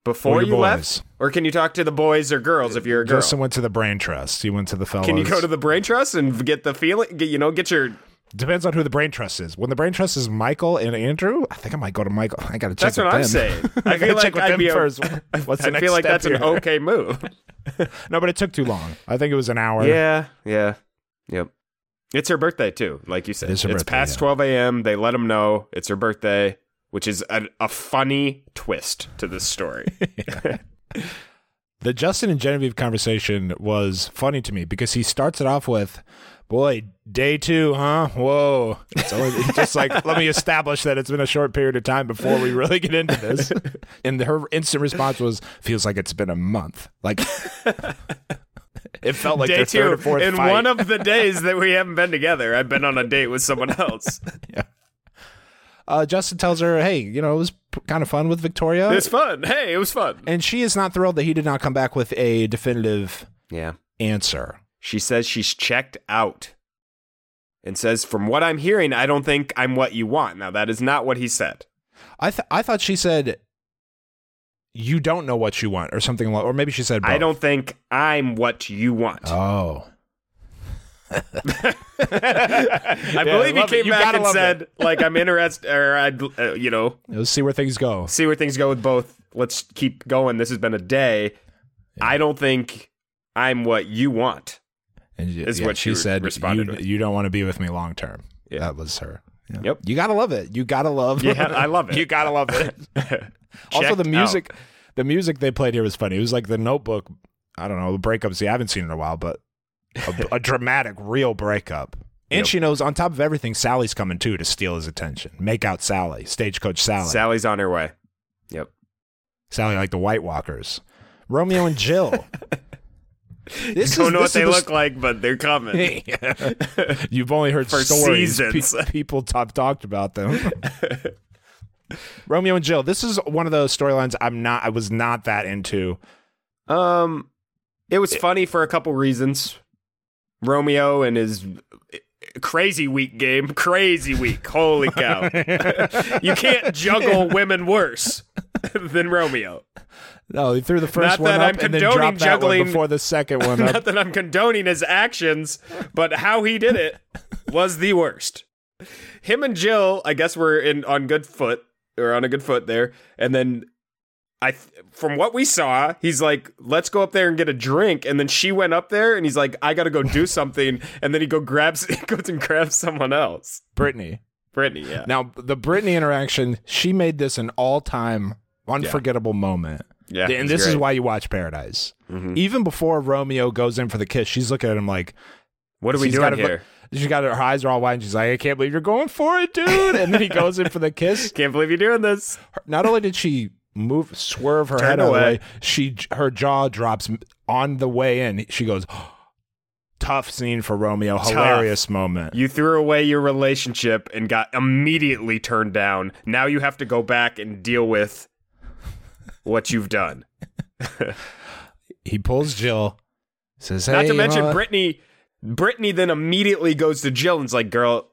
Speaker 2: before
Speaker 1: Or
Speaker 2: you
Speaker 1: your boys.
Speaker 2: left, or can you talk to the boys or girls if you're a girl?
Speaker 1: Justin went to the brain trust. He went to the fellows.
Speaker 2: Can you go to the brain trust and get the feeling? Get, you know, get your.
Speaker 1: Depends on who the brain trust is. When the brain trust is Michael and Andrew, I think I might go to Michael. I gotta check.
Speaker 2: That's what
Speaker 1: with
Speaker 2: I'm
Speaker 1: them.
Speaker 2: saying.
Speaker 1: I
Speaker 2: I feel
Speaker 1: gotta
Speaker 2: like
Speaker 1: check with
Speaker 2: I'd
Speaker 1: them
Speaker 2: be a-
Speaker 1: first. What's the
Speaker 2: I
Speaker 1: next
Speaker 2: feel like
Speaker 1: step
Speaker 2: that's an
Speaker 1: here?
Speaker 2: okay move.
Speaker 1: No, but it took too long. I think it was an hour.
Speaker 2: yeah, yeah, yep. It's her birthday too, like you said.
Speaker 1: It is
Speaker 2: It's
Speaker 1: her birthday,
Speaker 2: past
Speaker 1: yeah.
Speaker 2: 12 a.m. They let them know it's her birthday, which is a, a funny twist to this story.
Speaker 1: The Justin and Genevieve conversation was funny to me because he starts it off with, "Boy, day two, huh? Whoa!" It's only it's just like let me establish that it's been a short period of time before we really get into this. And her instant response was, "Feels like it's been a month." Like it felt like
Speaker 2: Day
Speaker 1: their third
Speaker 2: two,
Speaker 1: or fourth
Speaker 2: in
Speaker 1: fight.
Speaker 2: one of the days that we haven't been together, I've been on a date with someone else.
Speaker 1: uh, Justin tells her, "Hey, you know, it was kind of fun with Victoria."
Speaker 2: it's fun. Hey, it was fun.
Speaker 1: and she is not thrilled that he did not come back with a definitive
Speaker 2: Yeah.
Speaker 1: answer.
Speaker 2: She says she's checked out and says, From what I'm hearing, I don't think I'm what you want. Now, that is not what he said.
Speaker 1: I th- I thought she said you don't know what you want or something like or maybe she said both.
Speaker 2: I don't think I'm what you want.
Speaker 1: Oh.
Speaker 2: I believe he
Speaker 1: love it.
Speaker 2: came
Speaker 1: You
Speaker 2: back
Speaker 1: gotta
Speaker 2: and
Speaker 1: love
Speaker 2: said,
Speaker 1: it.
Speaker 2: like, I'm interested, or I'd, uh, you know,
Speaker 1: Let's see where things go.
Speaker 2: see where things go with both. Let's keep going. This has been a day. I don't think I'm what you want.
Speaker 1: And y-
Speaker 2: Is what she re- responded
Speaker 1: you,
Speaker 2: with.
Speaker 1: you don't want to be with me long term.
Speaker 2: Yeah.
Speaker 1: That was her. Yeah.
Speaker 2: Yep.
Speaker 1: You got to love it. You got to love
Speaker 2: Yeah, I love it.
Speaker 1: You got to love it. also
Speaker 2: Checked
Speaker 1: the music the music they played here was funny. It was like the notebook, I don't know, the breakup scene. I haven't seen it in a while, but a, a dramatic, real breakup. And
Speaker 2: Yep.
Speaker 1: she knows, on top of everything, Sally's coming too to steal his attention. Make out Sally, stagecoach Sally.
Speaker 2: Sally's on her way. Yep.
Speaker 1: Sally like the White Walkers. Romeo and Jill. this
Speaker 2: Don't know what
Speaker 1: this
Speaker 2: they
Speaker 1: the
Speaker 2: look like, but they're coming.
Speaker 1: st- You've only heard
Speaker 2: For
Speaker 1: stories.
Speaker 2: seasons.
Speaker 1: Pe- people top talked about them. Romeo and Jill. This is one of those storylines I'm not. I was not that into.
Speaker 2: Um, it was funny for a couple reasons. Romeo and his uh, crazy week game, crazy week. Holy cow! you can't juggle women worse than Romeo.
Speaker 1: No, they threw the first
Speaker 2: Not
Speaker 1: one
Speaker 2: that
Speaker 1: up
Speaker 2: I'm
Speaker 1: and then
Speaker 2: condoning
Speaker 1: dropped that one
Speaker 2: juggling-
Speaker 1: before the second one up.
Speaker 2: Not that I'm condoning his actions, but how he did it was the worst. Him and Jill, I guess, were in on good foot or on a good foot there, and then I, th- from what we saw, he's like, "Let's go up there and get a drink," and then she went up there, and he's like, "I got to go do something," and then he go grabs, goes and grabs someone else.
Speaker 1: Brittany.
Speaker 2: Brittany, yeah,
Speaker 1: Now the Brittany interaction. She made this an all-time unforgettable moment.
Speaker 2: Yeah,
Speaker 1: and
Speaker 2: it's
Speaker 1: this is
Speaker 2: great. Mm-hmm.
Speaker 1: why you watch Paradise. Even before Romeo goes in for the kiss, she's looking at him like,
Speaker 2: what are we
Speaker 1: She's
Speaker 2: doing
Speaker 1: got her-
Speaker 2: here?
Speaker 1: She got her eyes are all wide, and she's like, "I can't believe you're going for it, dude!" And then he goes in for the kiss.
Speaker 2: Can't believe you're doing this.
Speaker 1: Not only did she move, swerve her
Speaker 2: Turned
Speaker 1: head away,
Speaker 2: away.
Speaker 1: way, she her jaw drops on the way in. She goes, "Tough scene for Romeo, hilarious moment."
Speaker 2: You threw away your relationship and got immediately turned down. Now you have to go back and deal with what you've done.
Speaker 1: He pulls Jill, says, "Hey,
Speaker 2: Not to
Speaker 1: you
Speaker 2: mention
Speaker 1: know what?
Speaker 2: Brittany. Brittany then immediately goes to Jill and's like, "Girl,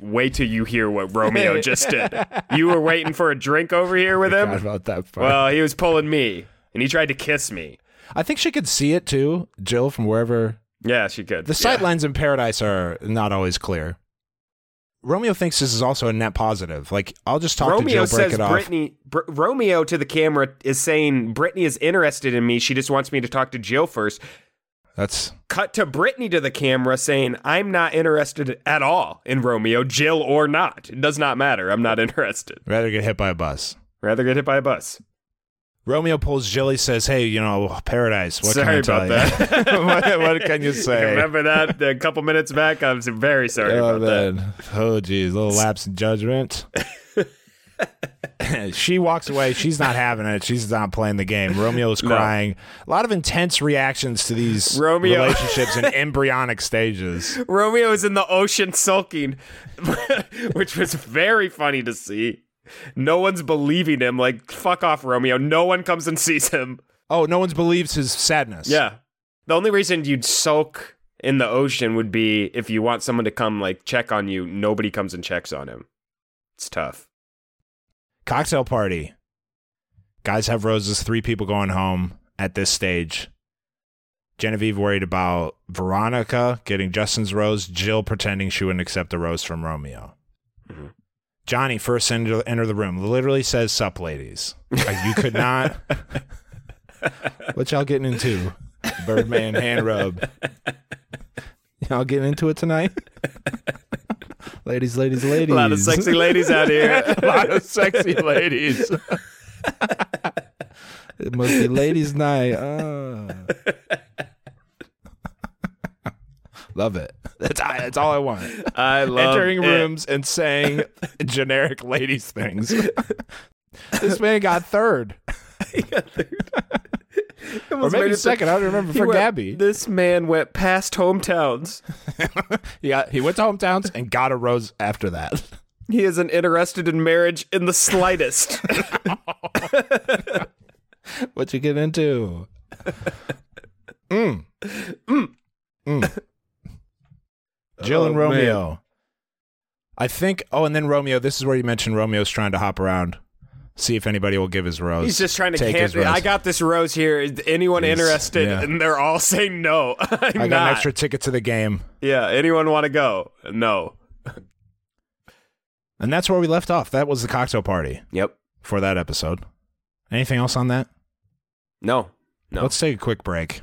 Speaker 2: wait till you hear what Romeo just did. You were waiting for a drink over here with
Speaker 1: Forgot
Speaker 2: him.
Speaker 1: about that part."
Speaker 2: Well, he was pulling me, and he tried to kiss me.
Speaker 1: I think she could see it too, Jill, from wherever
Speaker 2: Yeah, she could.
Speaker 1: The sight lines in Paradise are not always clear. Romeo thinks this is also a net positive. Like, I'll just talk to
Speaker 2: Romeo
Speaker 1: Jill, break
Speaker 2: says
Speaker 1: it off.
Speaker 2: Brittany. Br- Romeo to the camera is saying Brittany is interested in me. She just wants me to talk to Jill first.
Speaker 1: That's
Speaker 2: Cut to Brittany to the camera saying, I'm not interested at all in Romeo, Jill or not. It does not matter. I'm not interested.
Speaker 1: rather get hit by a bus.
Speaker 2: Rather get hit by a bus.
Speaker 1: Romeo pulls Jill. He says, "Hey, you know, Paradise. What
Speaker 2: sorry
Speaker 1: can I
Speaker 2: about
Speaker 1: tell you?
Speaker 2: that.
Speaker 1: what, what can you say?"
Speaker 2: Remember that a couple minutes back? I'm very sorry
Speaker 1: oh,
Speaker 2: about that.
Speaker 1: man. Oh, geez, little lapse in judgment. she walks away. She's not having it. She's not playing the game. Romeo is crying. A lot of intense reactions to these
Speaker 2: Romeo-
Speaker 1: relationships in embryonic stages.
Speaker 2: Romeo is in the ocean sulking, which was very funny to see. No one's believing him. Like, fuck off, Romeo. No one comes and sees him.
Speaker 1: Oh, no one believes his sadness.
Speaker 2: Yeah. The only reason you'd sulk in the ocean would be if you want someone to come like check on you. Nobody comes and checks on him. It's tough.
Speaker 1: Cocktail party. Guys have roses, three people going home at this stage. Genevieve worried about Veronica getting Justin's rose, Jill pretending she wouldn't accept the rose from Romeo. Johnny first enter, enter the room, literally says, Sup, ladies. Like, you could not. what y'all getting into? Birdman hand rub. Y'all getting into it tonight? ladies, ladies, ladies.
Speaker 2: A lot of sexy ladies out here.
Speaker 1: a lot of sexy ladies. it must be ladies' night. Uh. Love it. That's that's all I want.
Speaker 2: I love
Speaker 1: Entering
Speaker 2: it.
Speaker 1: rooms and saying generic ladies things. this man got third, or
Speaker 2: Almost made
Speaker 1: maybe
Speaker 2: it-
Speaker 1: second. I don't remember
Speaker 2: He
Speaker 1: for
Speaker 2: went-
Speaker 1: Gabby.
Speaker 2: This man went past hometowns.
Speaker 1: Yeah, he went to hometowns and got a rose after that.
Speaker 2: He isn't interested in marriage in the slightest.
Speaker 1: what you get into? Mm. Mm. Jill and
Speaker 2: Oh, man.
Speaker 1: Romeo. I think. Oh, and then Romeo. This is where you mentioned Romeo's trying to hop around, see if anybody will give his rose.
Speaker 2: He's just trying to
Speaker 1: take
Speaker 2: camp.
Speaker 1: his rose.
Speaker 2: I got this rose here. Is anyone
Speaker 1: He's-
Speaker 2: interested?
Speaker 1: yeah.
Speaker 2: And they're all saying no. I'm
Speaker 1: I got
Speaker 2: not.
Speaker 1: an extra ticket to the game,
Speaker 2: Yeah. Anyone want to go? No.
Speaker 1: and that's where we left off. That was the cocktail party
Speaker 2: Yep.
Speaker 1: for that episode. Anything else on that?
Speaker 2: No. No.
Speaker 1: Let's take a quick break.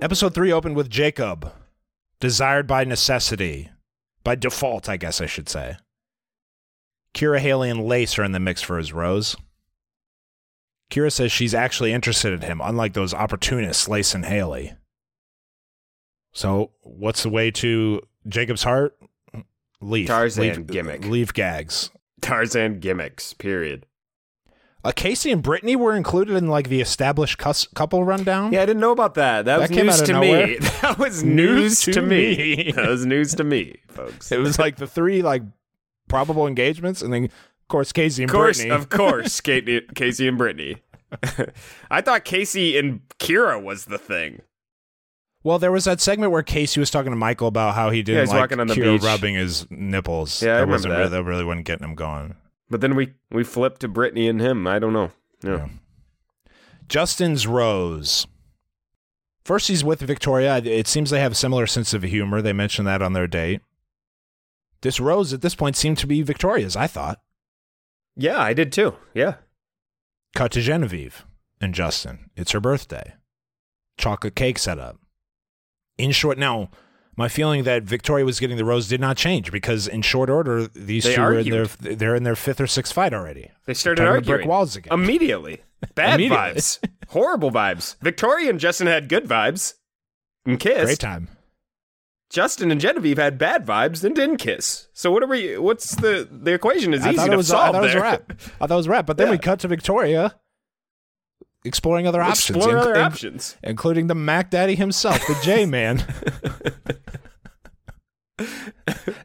Speaker 1: Episode three opened with Jacob, desired by necessity, by default, I guess I should say. Kira, Haley, and Lace are in the mix for his rose. Kira says she's actually interested in him, unlike those opportunists, Lace and Haley. So, what's the way to Jacob's heart? Leaf.
Speaker 2: Tarzan
Speaker 1: leaf,
Speaker 2: gimmick.
Speaker 1: Leaf gags.
Speaker 2: Tarzan gimmicks, period.
Speaker 1: Uh, Casey and Brittany were included in like the established cus- couple rundown.
Speaker 2: Yeah, I didn't know about that. That,
Speaker 1: That
Speaker 2: was
Speaker 1: came
Speaker 2: news
Speaker 1: out of
Speaker 2: to me.
Speaker 1: nowhere.
Speaker 2: That was news
Speaker 1: News
Speaker 2: to
Speaker 1: to
Speaker 2: me.
Speaker 1: me.
Speaker 2: That was news to me, folks.
Speaker 1: It was like the three like probable engagements, and then of course Casey and
Speaker 2: Of course,
Speaker 1: Brittany.
Speaker 2: of course, Katie, Casey and Brittany. I thought Casey and Kira was the thing.
Speaker 1: Well, there was that segment where Casey was talking to Michael about how he didn't
Speaker 2: Yeah, he's
Speaker 1: like
Speaker 2: walking on the
Speaker 1: Kira
Speaker 2: beach.
Speaker 1: rubbing his nipples.
Speaker 2: Yeah,
Speaker 1: that
Speaker 2: I remember
Speaker 1: wasn't
Speaker 2: that.
Speaker 1: Really, that really wasn't getting him going.
Speaker 2: But then we we flipped to Brittany and him. I don't know. No.
Speaker 1: Yeah. Justin's Rose. First, he's with Victoria. It seems they have a similar sense of humor. They mentioned that on their date. This Rose at this point seemed to be Victoria's, I thought.
Speaker 2: Yeah, I did too. Yeah.
Speaker 1: Cut to Genevieve and Justin. It's her birthday. Chocolate cake set up. In short, now, my feeling that Victoria was getting the rose did not change because in short order, these
Speaker 2: They
Speaker 1: two
Speaker 2: argued.
Speaker 1: are in their they're in their fifth or sixth fight already.
Speaker 2: They started
Speaker 1: They're
Speaker 2: arguing.
Speaker 1: talking about brick walls again.
Speaker 2: Immediately. Bad
Speaker 1: Immediately.
Speaker 2: vibes. Horrible vibes. Victoria and Justin had good vibes and kissed.
Speaker 1: Great time.
Speaker 2: Justin and Genevieve had bad vibes and didn't kiss. So what are we what's the the equation is
Speaker 1: I
Speaker 2: easy
Speaker 1: thought
Speaker 2: to
Speaker 1: it was, I
Speaker 2: solve
Speaker 1: thought it was a
Speaker 2: there.
Speaker 1: wrap. I thought it was a wrap. But then we
Speaker 2: Yeah.
Speaker 1: cut to Victoria exploring other options,
Speaker 2: Explore other
Speaker 1: inc- inc-
Speaker 2: options.
Speaker 1: including the Mac Daddy himself, the J Man.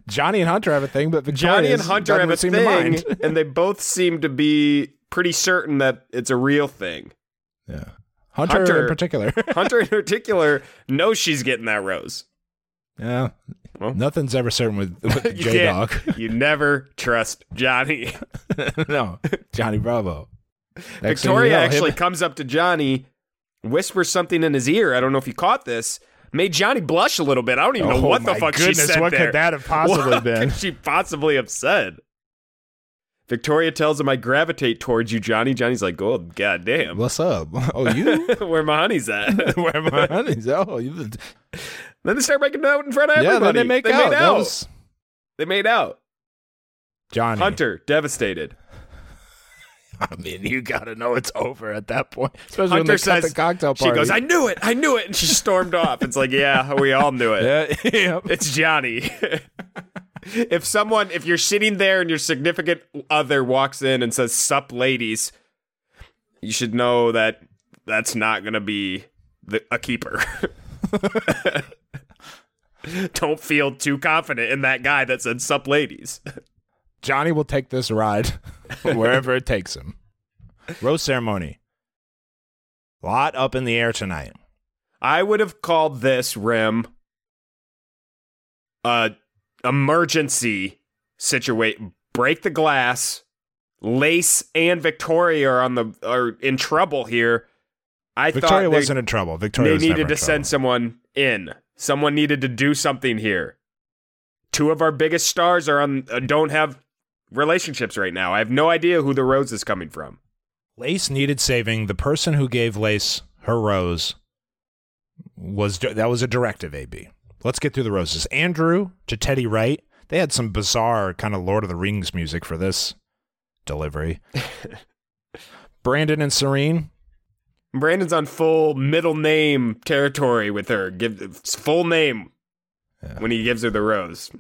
Speaker 1: Johnny and Hunter have a thing, but Victoria
Speaker 2: Johnny and Hunter have a
Speaker 1: seem
Speaker 2: thing,
Speaker 1: to mind.
Speaker 2: and they both seem to be pretty certain that it's a real thing.
Speaker 1: Yeah. Hunter,
Speaker 2: Hunter-
Speaker 1: in particular.
Speaker 2: Hunter, in particular, knows she's getting that rose.
Speaker 1: yeah.
Speaker 2: Well.
Speaker 1: Nothing's ever certain with, with
Speaker 2: You
Speaker 1: J
Speaker 2: can't-
Speaker 1: Dog.
Speaker 2: you never trust Johnny.
Speaker 1: no. Johnny Bravo. Next thing you
Speaker 2: Victoria
Speaker 1: know, him-
Speaker 2: actually comes up to Johnny, whispers something in his ear. I don't know if you caught this. Made Johnny blush a little bit. I don't even know
Speaker 1: Oh
Speaker 2: what the
Speaker 1: my
Speaker 2: fuck she
Speaker 1: goodness,
Speaker 2: said
Speaker 1: what could
Speaker 2: there.
Speaker 1: that have possibly
Speaker 2: What
Speaker 1: been?
Speaker 2: could she possibly have said? Victoria tells him, "I gravitate towards you, Johnny." Johnny's like, "Oh, goddamn,
Speaker 1: What's up? Oh, you?
Speaker 2: where my honey's at?"
Speaker 1: Where my honey's? Oh, you.
Speaker 2: then they start making out in front of
Speaker 1: Yeah,
Speaker 2: everybody.
Speaker 1: then they make out.
Speaker 2: Made
Speaker 1: That
Speaker 2: out.
Speaker 1: was
Speaker 2: They made out.
Speaker 1: Johnny.
Speaker 2: Hunter devastated.
Speaker 1: I mean, you gotta know it's over at that point. Especially when
Speaker 2: Hunter
Speaker 1: they cut
Speaker 2: says,
Speaker 1: the cocktail party.
Speaker 2: "She goes, I knew it, I knew it," and she stormed off. It's like, yeah, we all knew it.
Speaker 1: Yeah, yeah.
Speaker 2: It's Johnny. if someone, if you're sitting there and your significant other walks in and says, sup, ladies, you should know that that's not going to be the, a keeper. Don't feel too confident in that guy that said, sup, ladies.
Speaker 1: Johnny will take this ride wherever it takes him. Rose ceremony. Lot up in the air tonight.
Speaker 2: I would have called this rim a emergency situation. Break the glass. Lace and Victoria are on the are in trouble here. I
Speaker 1: Victoria
Speaker 2: thought they,
Speaker 1: wasn't in trouble. Victoria
Speaker 2: they
Speaker 1: was never
Speaker 2: needed
Speaker 1: in
Speaker 2: to
Speaker 1: trouble.
Speaker 2: send someone in. Someone needed to do something here. Two of our biggest stars are on uh, don't have relationships right now. I have no idea who the rose is coming from.
Speaker 1: Lace needed saving. The person who gave Lace her rose was that was a directive. AB. Let's get through the roses. Andrew to Teddy Wright. They had some bizarre kind of Lord of the Rings music for this delivery. Brandon and Serene.
Speaker 2: Brandon's on full middle name territory with her. Give it's full name when he gives her the rose.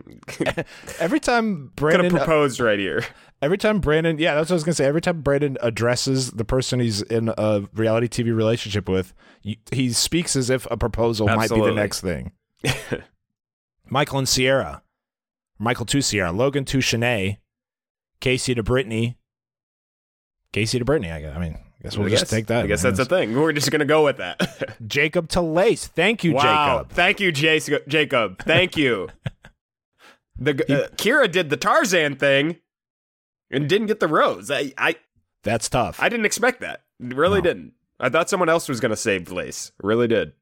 Speaker 1: Every time
Speaker 2: Could have
Speaker 1: Brandon, uh,
Speaker 2: proposed right here.
Speaker 1: every time Brandon, yeah, that's what I was gonna say. Every time Brandon addresses the person he's in a reality TV relationship with, you- he speaks as if a proposal might be
Speaker 2: Absolutely.
Speaker 1: the next thing. Michael and Sierra, Michael to Sierra, Logan to Shanae, Casey to Brittany, Casey to Brittany. I guess. I mean, I guess we'll
Speaker 2: I
Speaker 1: just
Speaker 2: guess-
Speaker 1: take that.
Speaker 2: I guess
Speaker 1: man.
Speaker 2: that's a thing. We're just gonna go with that.
Speaker 1: Jacob to Lace. Thank you,
Speaker 2: wow.
Speaker 1: Jacob.
Speaker 2: Thank you, Jace- Jacob. Thank you. the g- uh, Kira did the Tarzan thing and didn't get the rose. I I,
Speaker 1: That's tough.
Speaker 2: I didn't expect that. Really
Speaker 1: No.
Speaker 2: didn't. I thought someone else was gonna save Lace. Really did.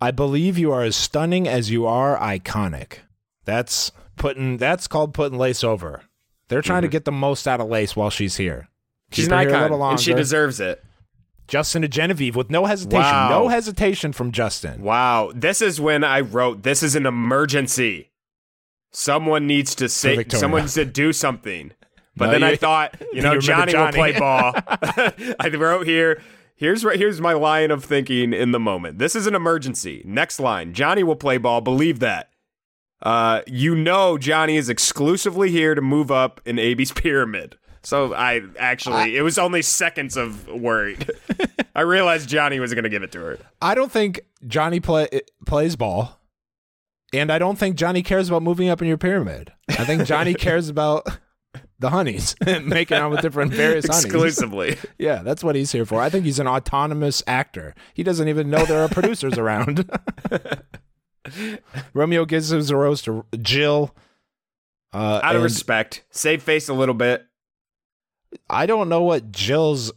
Speaker 1: I believe you are as stunning as you are iconic. That's putting that's called putting lace over. They're trying to get the most out of lace while she's here.
Speaker 2: Mm-hmm. She's
Speaker 1: Keep
Speaker 2: an
Speaker 1: her here a
Speaker 2: icon,
Speaker 1: little
Speaker 2: and she
Speaker 1: longer.
Speaker 2: deserves it.
Speaker 1: Justin to Genevieve with no hesitation.
Speaker 2: Wow.
Speaker 1: No hesitation from Justin.
Speaker 2: Wow, this is when I wrote. This is an emergency. Someone needs to say.
Speaker 1: Victoria.
Speaker 2: Someone needs to do something. But
Speaker 1: No,
Speaker 2: then
Speaker 1: you-
Speaker 2: I thought, you know,
Speaker 1: you remember
Speaker 2: Johnny,
Speaker 1: Johnny.
Speaker 2: will play ball. I wrote here. Here's what, here's my line of thinking in the moment. This is an emergency. Next line. Johnny will play ball. Believe that. Uh, you know, Johnny is exclusively here to move up in AB's pyramid. So I actually, it was only seconds of worry. I realized Johnny was going to give it to her.
Speaker 1: I don't think Johnny play, plays ball. And I don't think Johnny cares about moving up in your pyramid. I think Johnny cares about the honeys and making out with different various honeys.
Speaker 2: Exclusively.
Speaker 1: Yeah, that's what he's here for. I think he's an autonomous actor. He doesn't even know there are producers around. Romeo gives his rose to Jill. Uh,
Speaker 2: out of
Speaker 1: and
Speaker 2: respect, save face a little bit.
Speaker 1: I don't know what Jill's.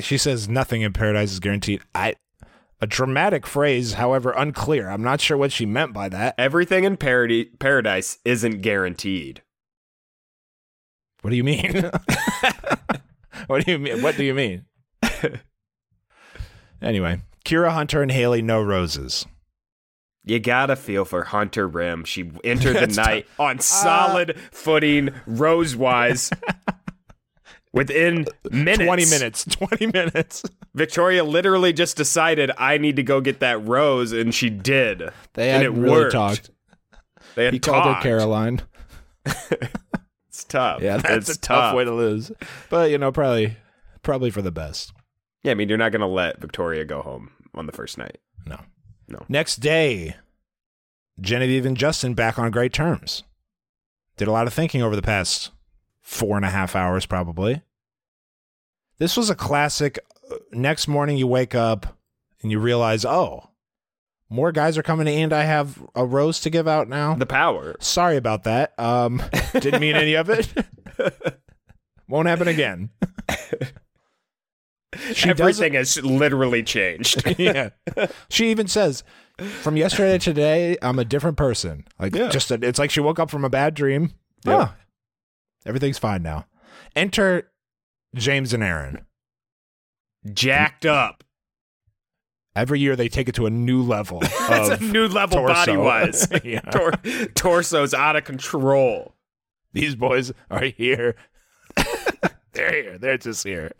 Speaker 1: She says nothing in paradise is guaranteed. I a dramatic phrase, however unclear. I'm not sure what she meant by that.
Speaker 2: Everything in parody, paradise isn't guaranteed.
Speaker 1: What do you mean? what do you mean? What do you mean? anyway, Kira Hunter and Haley no roses.
Speaker 2: You gotta feel for Hunter Rim. She entered the
Speaker 1: That's Ah.
Speaker 2: night on solid footing, rose wise. Within minutes,
Speaker 1: 20 minutes. 20 minutes.
Speaker 2: Victoria literally just decided I need to go get that rose, and she did.
Speaker 1: They
Speaker 2: and
Speaker 1: hadn't
Speaker 2: it
Speaker 1: really
Speaker 2: worked.
Speaker 1: talked.
Speaker 2: They had
Speaker 1: He called her
Speaker 2: talked.
Speaker 1: Caroline.
Speaker 2: It's tough.
Speaker 1: Yeah, that's
Speaker 2: it's
Speaker 1: a tough, way to lose. But you know, probably probably for the best.
Speaker 2: Yeah, I mean, you're not gonna let Victoria go home on the first night.
Speaker 1: No.
Speaker 2: No.
Speaker 1: Next day, Genevieve and Justin back on great terms. Did a lot of thinking over the past four and a half hours, probably. This was a classic. uh, Next morning, you wake up and you realize, oh, more guys are coming and I have a rose to give out now.
Speaker 2: The power.
Speaker 1: Sorry about that. Um, didn't mean any of it. Won't happen again. She
Speaker 2: Everything has literally changed.
Speaker 1: doesn't- yeah. She even says, "From yesterday to today, I'm a different person." Like
Speaker 2: Yeah.
Speaker 1: just, a, it's like she woke up from a bad dream.
Speaker 2: Yep.
Speaker 1: Ah, everything's fine now. Enter James and Aaron.
Speaker 2: jacked up.
Speaker 1: Every year they take it to a new level.
Speaker 2: That's
Speaker 1: of
Speaker 2: a new level
Speaker 1: torso.
Speaker 2: body wise.
Speaker 1: Yeah.
Speaker 2: Tor- torso's out of control.
Speaker 1: These boys are here. They're here. They're just here.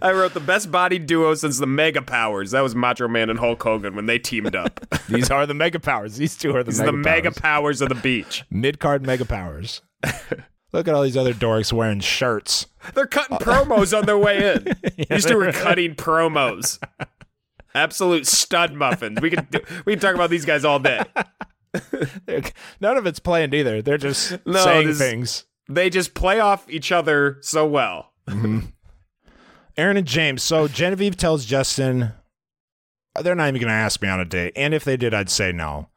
Speaker 2: I wrote the best body duo since the Mega Powers. That was Macho Man and Hulk Hogan when they teamed up.
Speaker 1: These are the mega powers. These two are the
Speaker 2: These
Speaker 1: mega
Speaker 2: are the Mega
Speaker 1: powers.
Speaker 2: Powers of the beach.
Speaker 1: mid card mega powers. Look at all these other dorks wearing shirts.
Speaker 2: They're cutting promos on their way in. These two were cutting promos. Absolute stud muffins. We could do, we could talk about these guys all day.
Speaker 1: They're- None of it's planned either. They're just
Speaker 2: No,
Speaker 1: saying
Speaker 2: this-
Speaker 1: things.
Speaker 2: They just play off each other so well.
Speaker 1: Aaron and James. So Genevieve tells Justin, uh, they're not even going to ask me on a date. And if they did, I'd say no.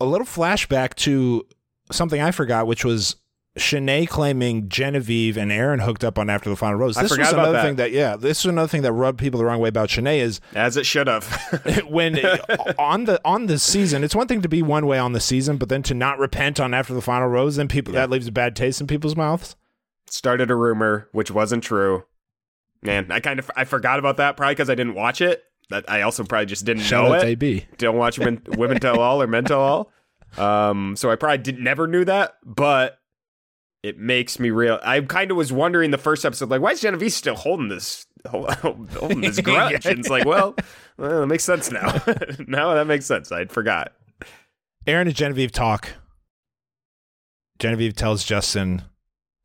Speaker 1: A little flashback to something I forgot, which was Shanae claiming Genevieve and Aaron hooked up on After the Final Rose.
Speaker 2: I
Speaker 1: This
Speaker 2: forgot
Speaker 1: was
Speaker 2: about
Speaker 1: another
Speaker 2: that.
Speaker 1: thing that, yeah, this is another thing that rubbed people the wrong way about Shanae is
Speaker 2: As it should have.
Speaker 1: when on the on the season, it's one thing to be one way on the season, but then to not repent on after the final rose, then people that leaves a bad taste in people's mouths.
Speaker 2: started a rumor which wasn't true. Man, I kind of I forgot about that probably because I didn't watch it. That I also probably just didn't
Speaker 1: Shout
Speaker 2: know
Speaker 1: out
Speaker 2: it.
Speaker 1: to AB.
Speaker 2: Don't watch men, women tell all or men tell all. Um, so I probably did, never knew that, but it makes me real. I kind of was wondering the first episode, like, why is Genevieve still holding this holding holding this grudge. And it's like, well, well, that makes sense now. now that makes sense. I'd forgot.
Speaker 1: Aaron and Genevieve talk. Genevieve tells Justin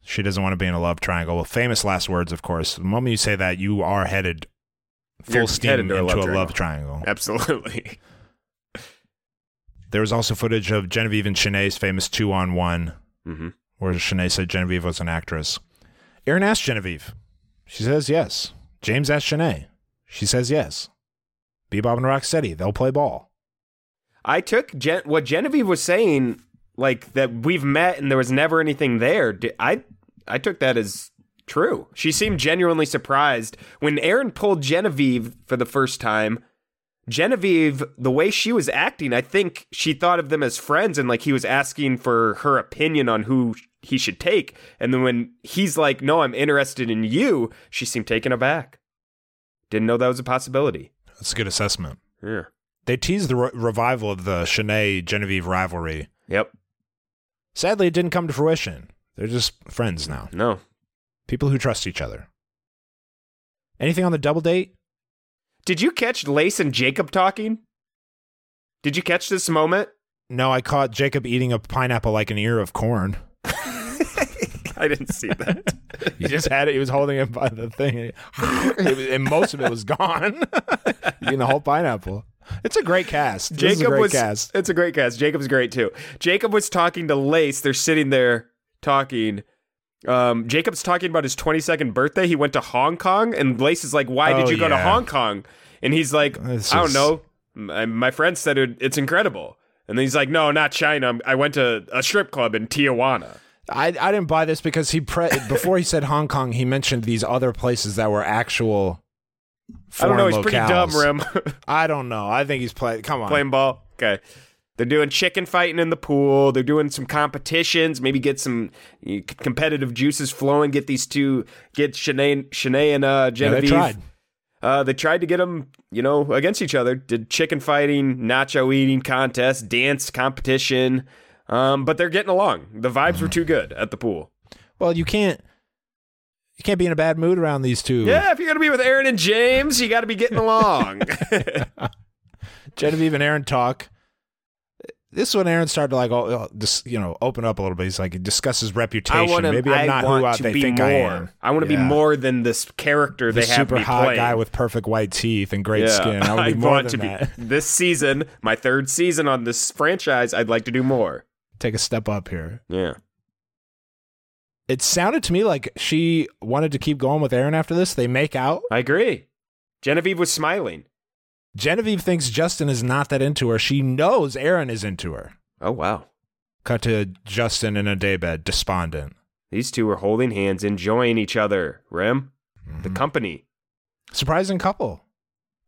Speaker 1: she doesn't want to be in a love triangle. Well, famous last words, of course. The moment you say that, you are headed full
Speaker 2: You're
Speaker 1: steam
Speaker 2: headed to a
Speaker 1: into
Speaker 2: love
Speaker 1: a love
Speaker 2: triangle.
Speaker 1: triangle.
Speaker 2: Absolutely.
Speaker 1: There was also footage of Genevieve and Shanae's famous two on one,
Speaker 2: Mhm.
Speaker 1: where Shanae said Genevieve was an actress. Aaron asked Genevieve. She says yes. James asked Shanae. She says yes. Bebop and Rocksteady, they'll play ball.
Speaker 2: I took Gen- what Genevieve was saying, like that we've met and there was never anything there. di- I I took that as true. She seemed genuinely surprised when Aaron pulled Genevieve for the first time. Genevieve, the way she was acting, I think she thought of them as friends and like he was asking for her opinion on who he should take. And then when he's like, "No, I'm interested in you," she seemed taken aback. Didn't know that was a possibility.
Speaker 1: That's a good assessment.
Speaker 2: Yeah.
Speaker 1: They teased the re- revival of the Shanae Genevieve rivalry.
Speaker 2: Yep.
Speaker 1: Sadly, it didn't come to fruition. They're just friends now.
Speaker 2: No.
Speaker 1: People who trust each other. Anything on the double date?
Speaker 2: Did you catch Lace and Jacob talking? Did you catch this moment?
Speaker 1: No, I caught Jacob eating a pineapple like an ear of corn.
Speaker 2: I didn't see that.
Speaker 1: He just had it. He was holding it by the thing, and, it was- and most of it was gone. Eating the whole pineapple. It's a great cast. This is a
Speaker 2: Jacob
Speaker 1: great
Speaker 2: was
Speaker 1: cast.
Speaker 2: It's a great cast. Jacob's great too. Jacob was talking to Lace. They're sitting there talking. Um, Jacob's talking about his 22nd birthday. He went to Hong Kong, and Lace is like, "Why
Speaker 1: Oh,
Speaker 2: did you go to
Speaker 1: yeah.
Speaker 2: Hong Kong?" And he's like,
Speaker 1: This
Speaker 2: "I don't
Speaker 1: is-
Speaker 2: know. My, my friend said it, it's incredible." And then he's like, "No, not China. I'm- I went to a strip club in Tijuana."
Speaker 1: I, I didn't buy this because he pre- before he said Hong Kong, he mentioned these other places that were actual.
Speaker 2: I don't know.
Speaker 1: foreign
Speaker 2: He's pretty dumb,
Speaker 1: locales.
Speaker 2: Rim.
Speaker 1: I don't know. I think he's playing. Come on,
Speaker 2: Playing ball. Okay. They're doing chicken fighting in the pool. They're doing some competitions. Maybe get some uh, c- competitive juices flowing. Get these two. Get Shanae, Shanae and uh,
Speaker 1: Yeah, they
Speaker 2: Genevieve.
Speaker 1: tried.
Speaker 2: Uh, they tried to get them, you know, against each other. Did chicken fighting, nacho eating contest, dance competition. Um, but they're getting along. The vibes were too good at the pool.
Speaker 1: Well, you can't. You can't be in a bad mood around these two.
Speaker 2: Yeah, if you're gonna be with Aaron and James, you got to be getting along.
Speaker 1: Genevieve and Aaron talk. This is when Aaron started to like, oh, oh, dis- you know, open up a little bit. He's like, he discusses reputation.
Speaker 2: wanna-
Speaker 1: Maybe I'm not who
Speaker 2: want
Speaker 1: I,
Speaker 2: to
Speaker 1: they
Speaker 2: be
Speaker 1: think
Speaker 2: more.
Speaker 1: I am.
Speaker 2: want to be
Speaker 1: Yeah.
Speaker 2: more than this character
Speaker 1: the
Speaker 2: they have
Speaker 1: super
Speaker 2: me
Speaker 1: hot
Speaker 2: playing.
Speaker 1: guy with perfect white teeth and great skin. I would be
Speaker 2: I'd
Speaker 1: more
Speaker 2: want
Speaker 1: than that.
Speaker 2: be this season, my third season on this franchise. I'd like to do more.
Speaker 1: Take a step up here.
Speaker 2: Yeah,
Speaker 1: It sounded to me like she wanted to keep going with Aaron after this. They make out.
Speaker 2: I agree. Genevieve was smiling.
Speaker 1: Genevieve thinks Justin is not that into her. She knows Aaron is into her.
Speaker 2: Oh wow,
Speaker 1: Cut to Justin in a daybed, despondent.
Speaker 2: these two were holding hands, enjoying each other. Rim,
Speaker 1: Mm-hmm.
Speaker 2: the company.
Speaker 1: Surprising couple.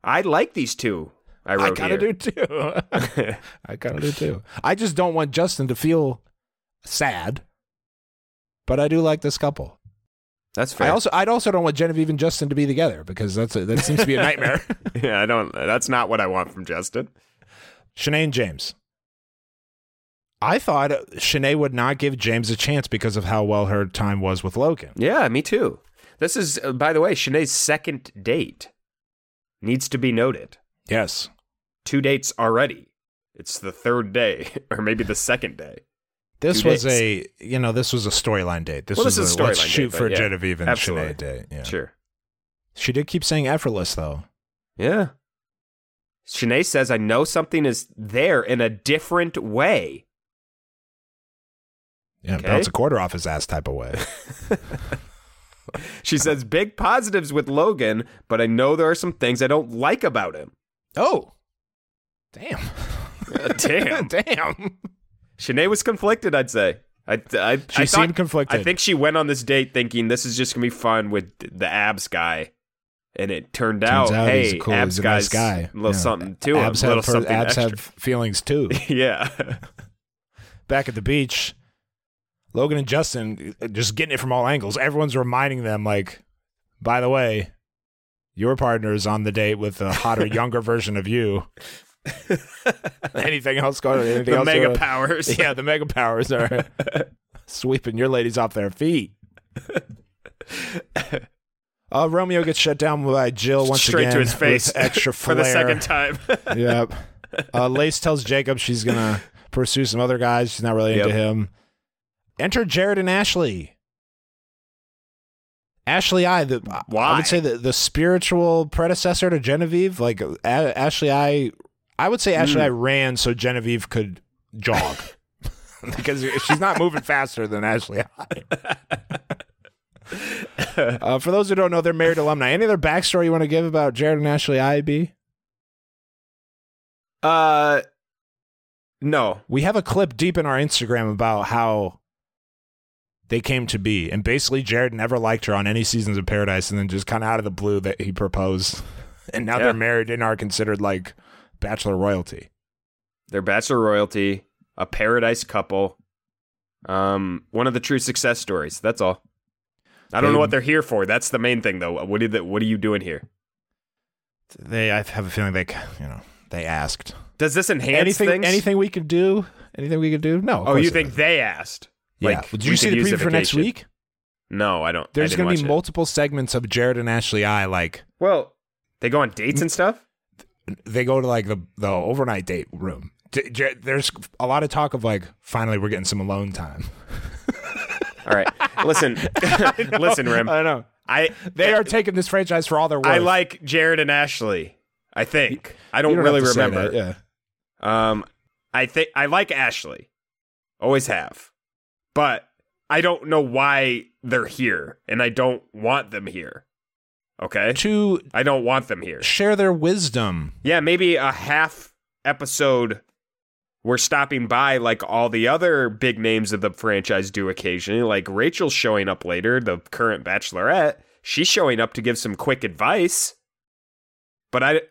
Speaker 2: I like these two. I wrote
Speaker 1: gotta
Speaker 2: here.
Speaker 1: do too. I gotta do too. I just don't want Justin to feel sad, but I do like this couple.
Speaker 2: That's fair.
Speaker 1: I also I also don't want Genevieve and Justin to be together because that's a, that seems to be a nightmare.
Speaker 2: yeah, I don't. That's not what I want from Justin.
Speaker 1: Shanae and James. I thought Shanae would not give James a chance because of how well her time was with Logan.
Speaker 2: Yeah, me too. This is, uh, by the way, Shanae's second date. Needs to be noted.
Speaker 1: Yes.
Speaker 2: Two dates already. It's the third day, or maybe the second day.
Speaker 1: This
Speaker 2: Two
Speaker 1: was a you know this was a storyline date. This
Speaker 2: well,
Speaker 1: was
Speaker 2: this is
Speaker 1: a
Speaker 2: a storyline.
Speaker 1: let's
Speaker 2: date,
Speaker 1: shoot
Speaker 2: but
Speaker 1: for
Speaker 2: yeah,
Speaker 1: Genevieve and
Speaker 2: absolutely.
Speaker 1: Shanae date. Yeah.
Speaker 2: Sure.
Speaker 1: She did keep saying effortless though.
Speaker 2: Yeah. Shanae says, I know something is there in a different way.
Speaker 1: Yeah,
Speaker 2: Okay.
Speaker 1: bounce a quarter off his ass type of way.
Speaker 2: She says, big positives with Logan, but I know there are some things I don't like about him.
Speaker 1: Oh, damn,
Speaker 2: damn.
Speaker 1: damn.
Speaker 2: Shanae was conflicted, I'd say. I, I,
Speaker 1: She
Speaker 2: I thought-
Speaker 1: seemed conflicted.
Speaker 2: I think she went on this date thinking this is just going to be fun with the abs guy. And it turned
Speaker 1: Turns
Speaker 2: out,
Speaker 1: out
Speaker 2: hey,
Speaker 1: he's a cool,
Speaker 2: abs
Speaker 1: he's a nice
Speaker 2: guy's
Speaker 1: guy.
Speaker 2: a little
Speaker 1: Yeah.
Speaker 2: something to
Speaker 1: abs
Speaker 2: him.
Speaker 1: Have
Speaker 2: little
Speaker 1: per-
Speaker 2: something
Speaker 1: abs
Speaker 2: extra.
Speaker 1: have feelings too.
Speaker 2: yeah.
Speaker 1: Back at the beach, Logan and Justin uh, just getting it from all angles. Everyone's reminding them, like, by the way, your partner is on the date with a hotter, younger version of you. anything else going? Anything
Speaker 2: the
Speaker 1: else
Speaker 2: mega
Speaker 1: going-
Speaker 2: powers.
Speaker 1: Yeah, the mega powers are sweeping your ladies off their feet. Uh, Romeo gets shut down by Jill once
Speaker 2: Straight
Speaker 1: again
Speaker 2: to his face
Speaker 1: with extra
Speaker 2: for
Speaker 1: flair.
Speaker 2: the second time.
Speaker 1: yep. Uh, Lace tells Jacob she's gonna pursue some other guys. She's not really into
Speaker 2: Yep.
Speaker 1: him. Enter Jared and Ashley. Ashley I, the I- I
Speaker 2: Why?
Speaker 1: would say the, the spiritual predecessor to Genevieve. Like A- Ashley I, I would say
Speaker 2: Hmm.
Speaker 1: Ashley I ran so Genevieve could jog because she's not moving faster than Ashley I. uh, for those who don't know, they're married alumni. Any other backstory you want to give about Jared and Ashley I? B.
Speaker 2: uh, no.
Speaker 1: we have a clip deep in our Instagram about how they came to be, and basically Jared never liked her on any seasons of Paradise, and then just kind of out of the blue that he proposed, and now
Speaker 2: Yeah.
Speaker 1: they're married and are considered like bachelor royalty.
Speaker 2: They're bachelor royalty, a paradise couple, um, one of the true success stories. That's all. I don't
Speaker 1: They-
Speaker 2: know what they're here for. That's the main thing, though. What are the, What are you doing here?
Speaker 1: They, I have a feeling they, you know, they asked
Speaker 2: Does this enhance
Speaker 1: anything,
Speaker 2: things?
Speaker 1: anything we could do, anything we could do. No. of
Speaker 2: Oh,
Speaker 1: course
Speaker 2: you
Speaker 1: it
Speaker 2: think
Speaker 1: doesn't.
Speaker 2: they asked?
Speaker 1: Yeah.
Speaker 2: Like,
Speaker 1: Did you
Speaker 2: we
Speaker 1: see
Speaker 2: could
Speaker 1: the
Speaker 2: use
Speaker 1: preview for next
Speaker 2: vacation?
Speaker 1: week?
Speaker 2: No, I don't.
Speaker 1: There's
Speaker 2: going to
Speaker 1: be multiple segments of Jared and Ashley I like
Speaker 2: Well, they go on dates and stuff.
Speaker 1: they go to like the the overnight date room. J- J- There's a lot of talk of like finally we're getting some alone time.
Speaker 2: All right, listen, listen, Rim.
Speaker 1: I know
Speaker 2: I
Speaker 1: they are taking this franchise for all their worth.
Speaker 2: I like Jared and Ashley. I think I don't,
Speaker 1: You
Speaker 2: really
Speaker 1: have to say
Speaker 2: remember.
Speaker 1: that, yeah,
Speaker 2: Um, I think I like Ashley, always have, but I don't know why they're here, and I don't want them here. Okay,
Speaker 1: to
Speaker 2: I don't want them here.
Speaker 1: share their wisdom.
Speaker 2: Yeah, maybe a half episode. We're stopping by like all the other big names of the franchise do occasionally. Like Rachel's showing up later, the current Bachelorette. She's showing up to give some quick advice. But I,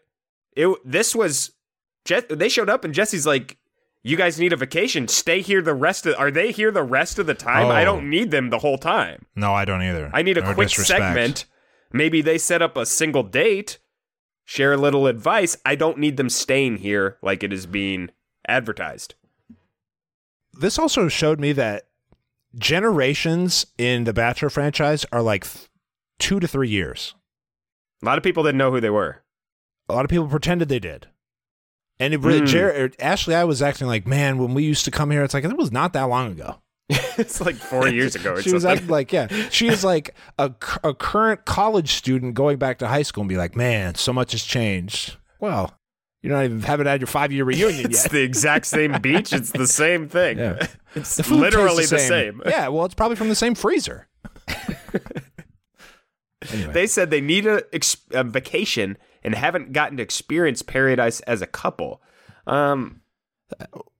Speaker 2: it this was, Je- they showed up and Jesse's like, "You guys need a vacation. Stay here the rest of. Are they here the rest of the time? I
Speaker 1: Oh.
Speaker 2: don't need them the whole time.
Speaker 1: No, I don't either.
Speaker 2: I need a
Speaker 1: No
Speaker 2: quick
Speaker 1: disrespect.
Speaker 2: segment. Maybe they set up a single date, share a little advice. I don't need them staying here like it is being advertised.
Speaker 1: This also showed me that generations in the Bachelor franchise are like th- two to three years.
Speaker 2: A lot of people didn't know who they were.
Speaker 1: a lot of people pretended they did. And it really,
Speaker 2: Mm.
Speaker 1: Jared, Ashley, I was acting like, man, when we used to come here, it's like, it was not that long ago.
Speaker 2: it's like four years ago or
Speaker 1: she was
Speaker 2: something.
Speaker 1: acting like, yeah, she is like a, cu- a current college student going back to high school and be like, man, so much has changed. Well, you don't even haven't had your five year reunion
Speaker 2: it's
Speaker 1: yet.
Speaker 2: the exact same beach. It's the same thing.
Speaker 1: Yeah.
Speaker 2: It's
Speaker 1: The food tastes
Speaker 2: literally the same.
Speaker 1: Yeah, well, it's probably from the same freezer. anyway.
Speaker 2: They said they need a, ex- a vacation and haven't gotten to experience paradise as a couple. Um,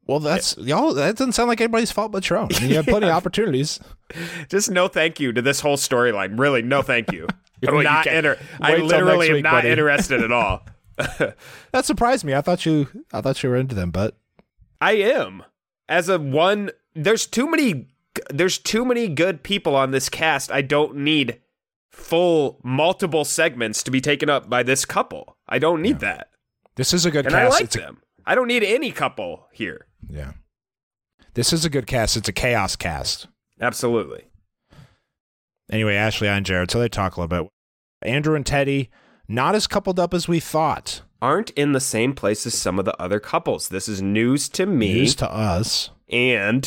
Speaker 1: well, that's y'all. That doesn't sound like anybody's fault but your own. I mean, you have plenty of opportunities.
Speaker 2: just no thank you to this whole storyline. Really, no thank you. I'm
Speaker 1: Well, you
Speaker 2: not
Speaker 1: can't-
Speaker 2: inter- I
Speaker 1: wait till
Speaker 2: literally
Speaker 1: next
Speaker 2: am
Speaker 1: week,
Speaker 2: not
Speaker 1: buddy.
Speaker 2: interested at all.
Speaker 1: That surprised me. I thought you, I thought you were into them, but
Speaker 2: I am. As a one, there's too many. There's too many good people on this cast. I don't need full multiple segments to be taken up by this couple. I don't need that,
Speaker 1: This is a good
Speaker 2: and I
Speaker 1: cast.
Speaker 2: like
Speaker 1: it's a,
Speaker 2: them. I don't need any couple here.
Speaker 1: yeah. This is a good cast. It's a chaos cast.
Speaker 2: Absolutely.
Speaker 1: Anyway, Ashley and Jared, so they talk a little bit. Andrew and Teddy, not as coupled up as we thought.
Speaker 2: Aren't in the same place as some of the other couples. This is news to me
Speaker 1: News to us.
Speaker 2: and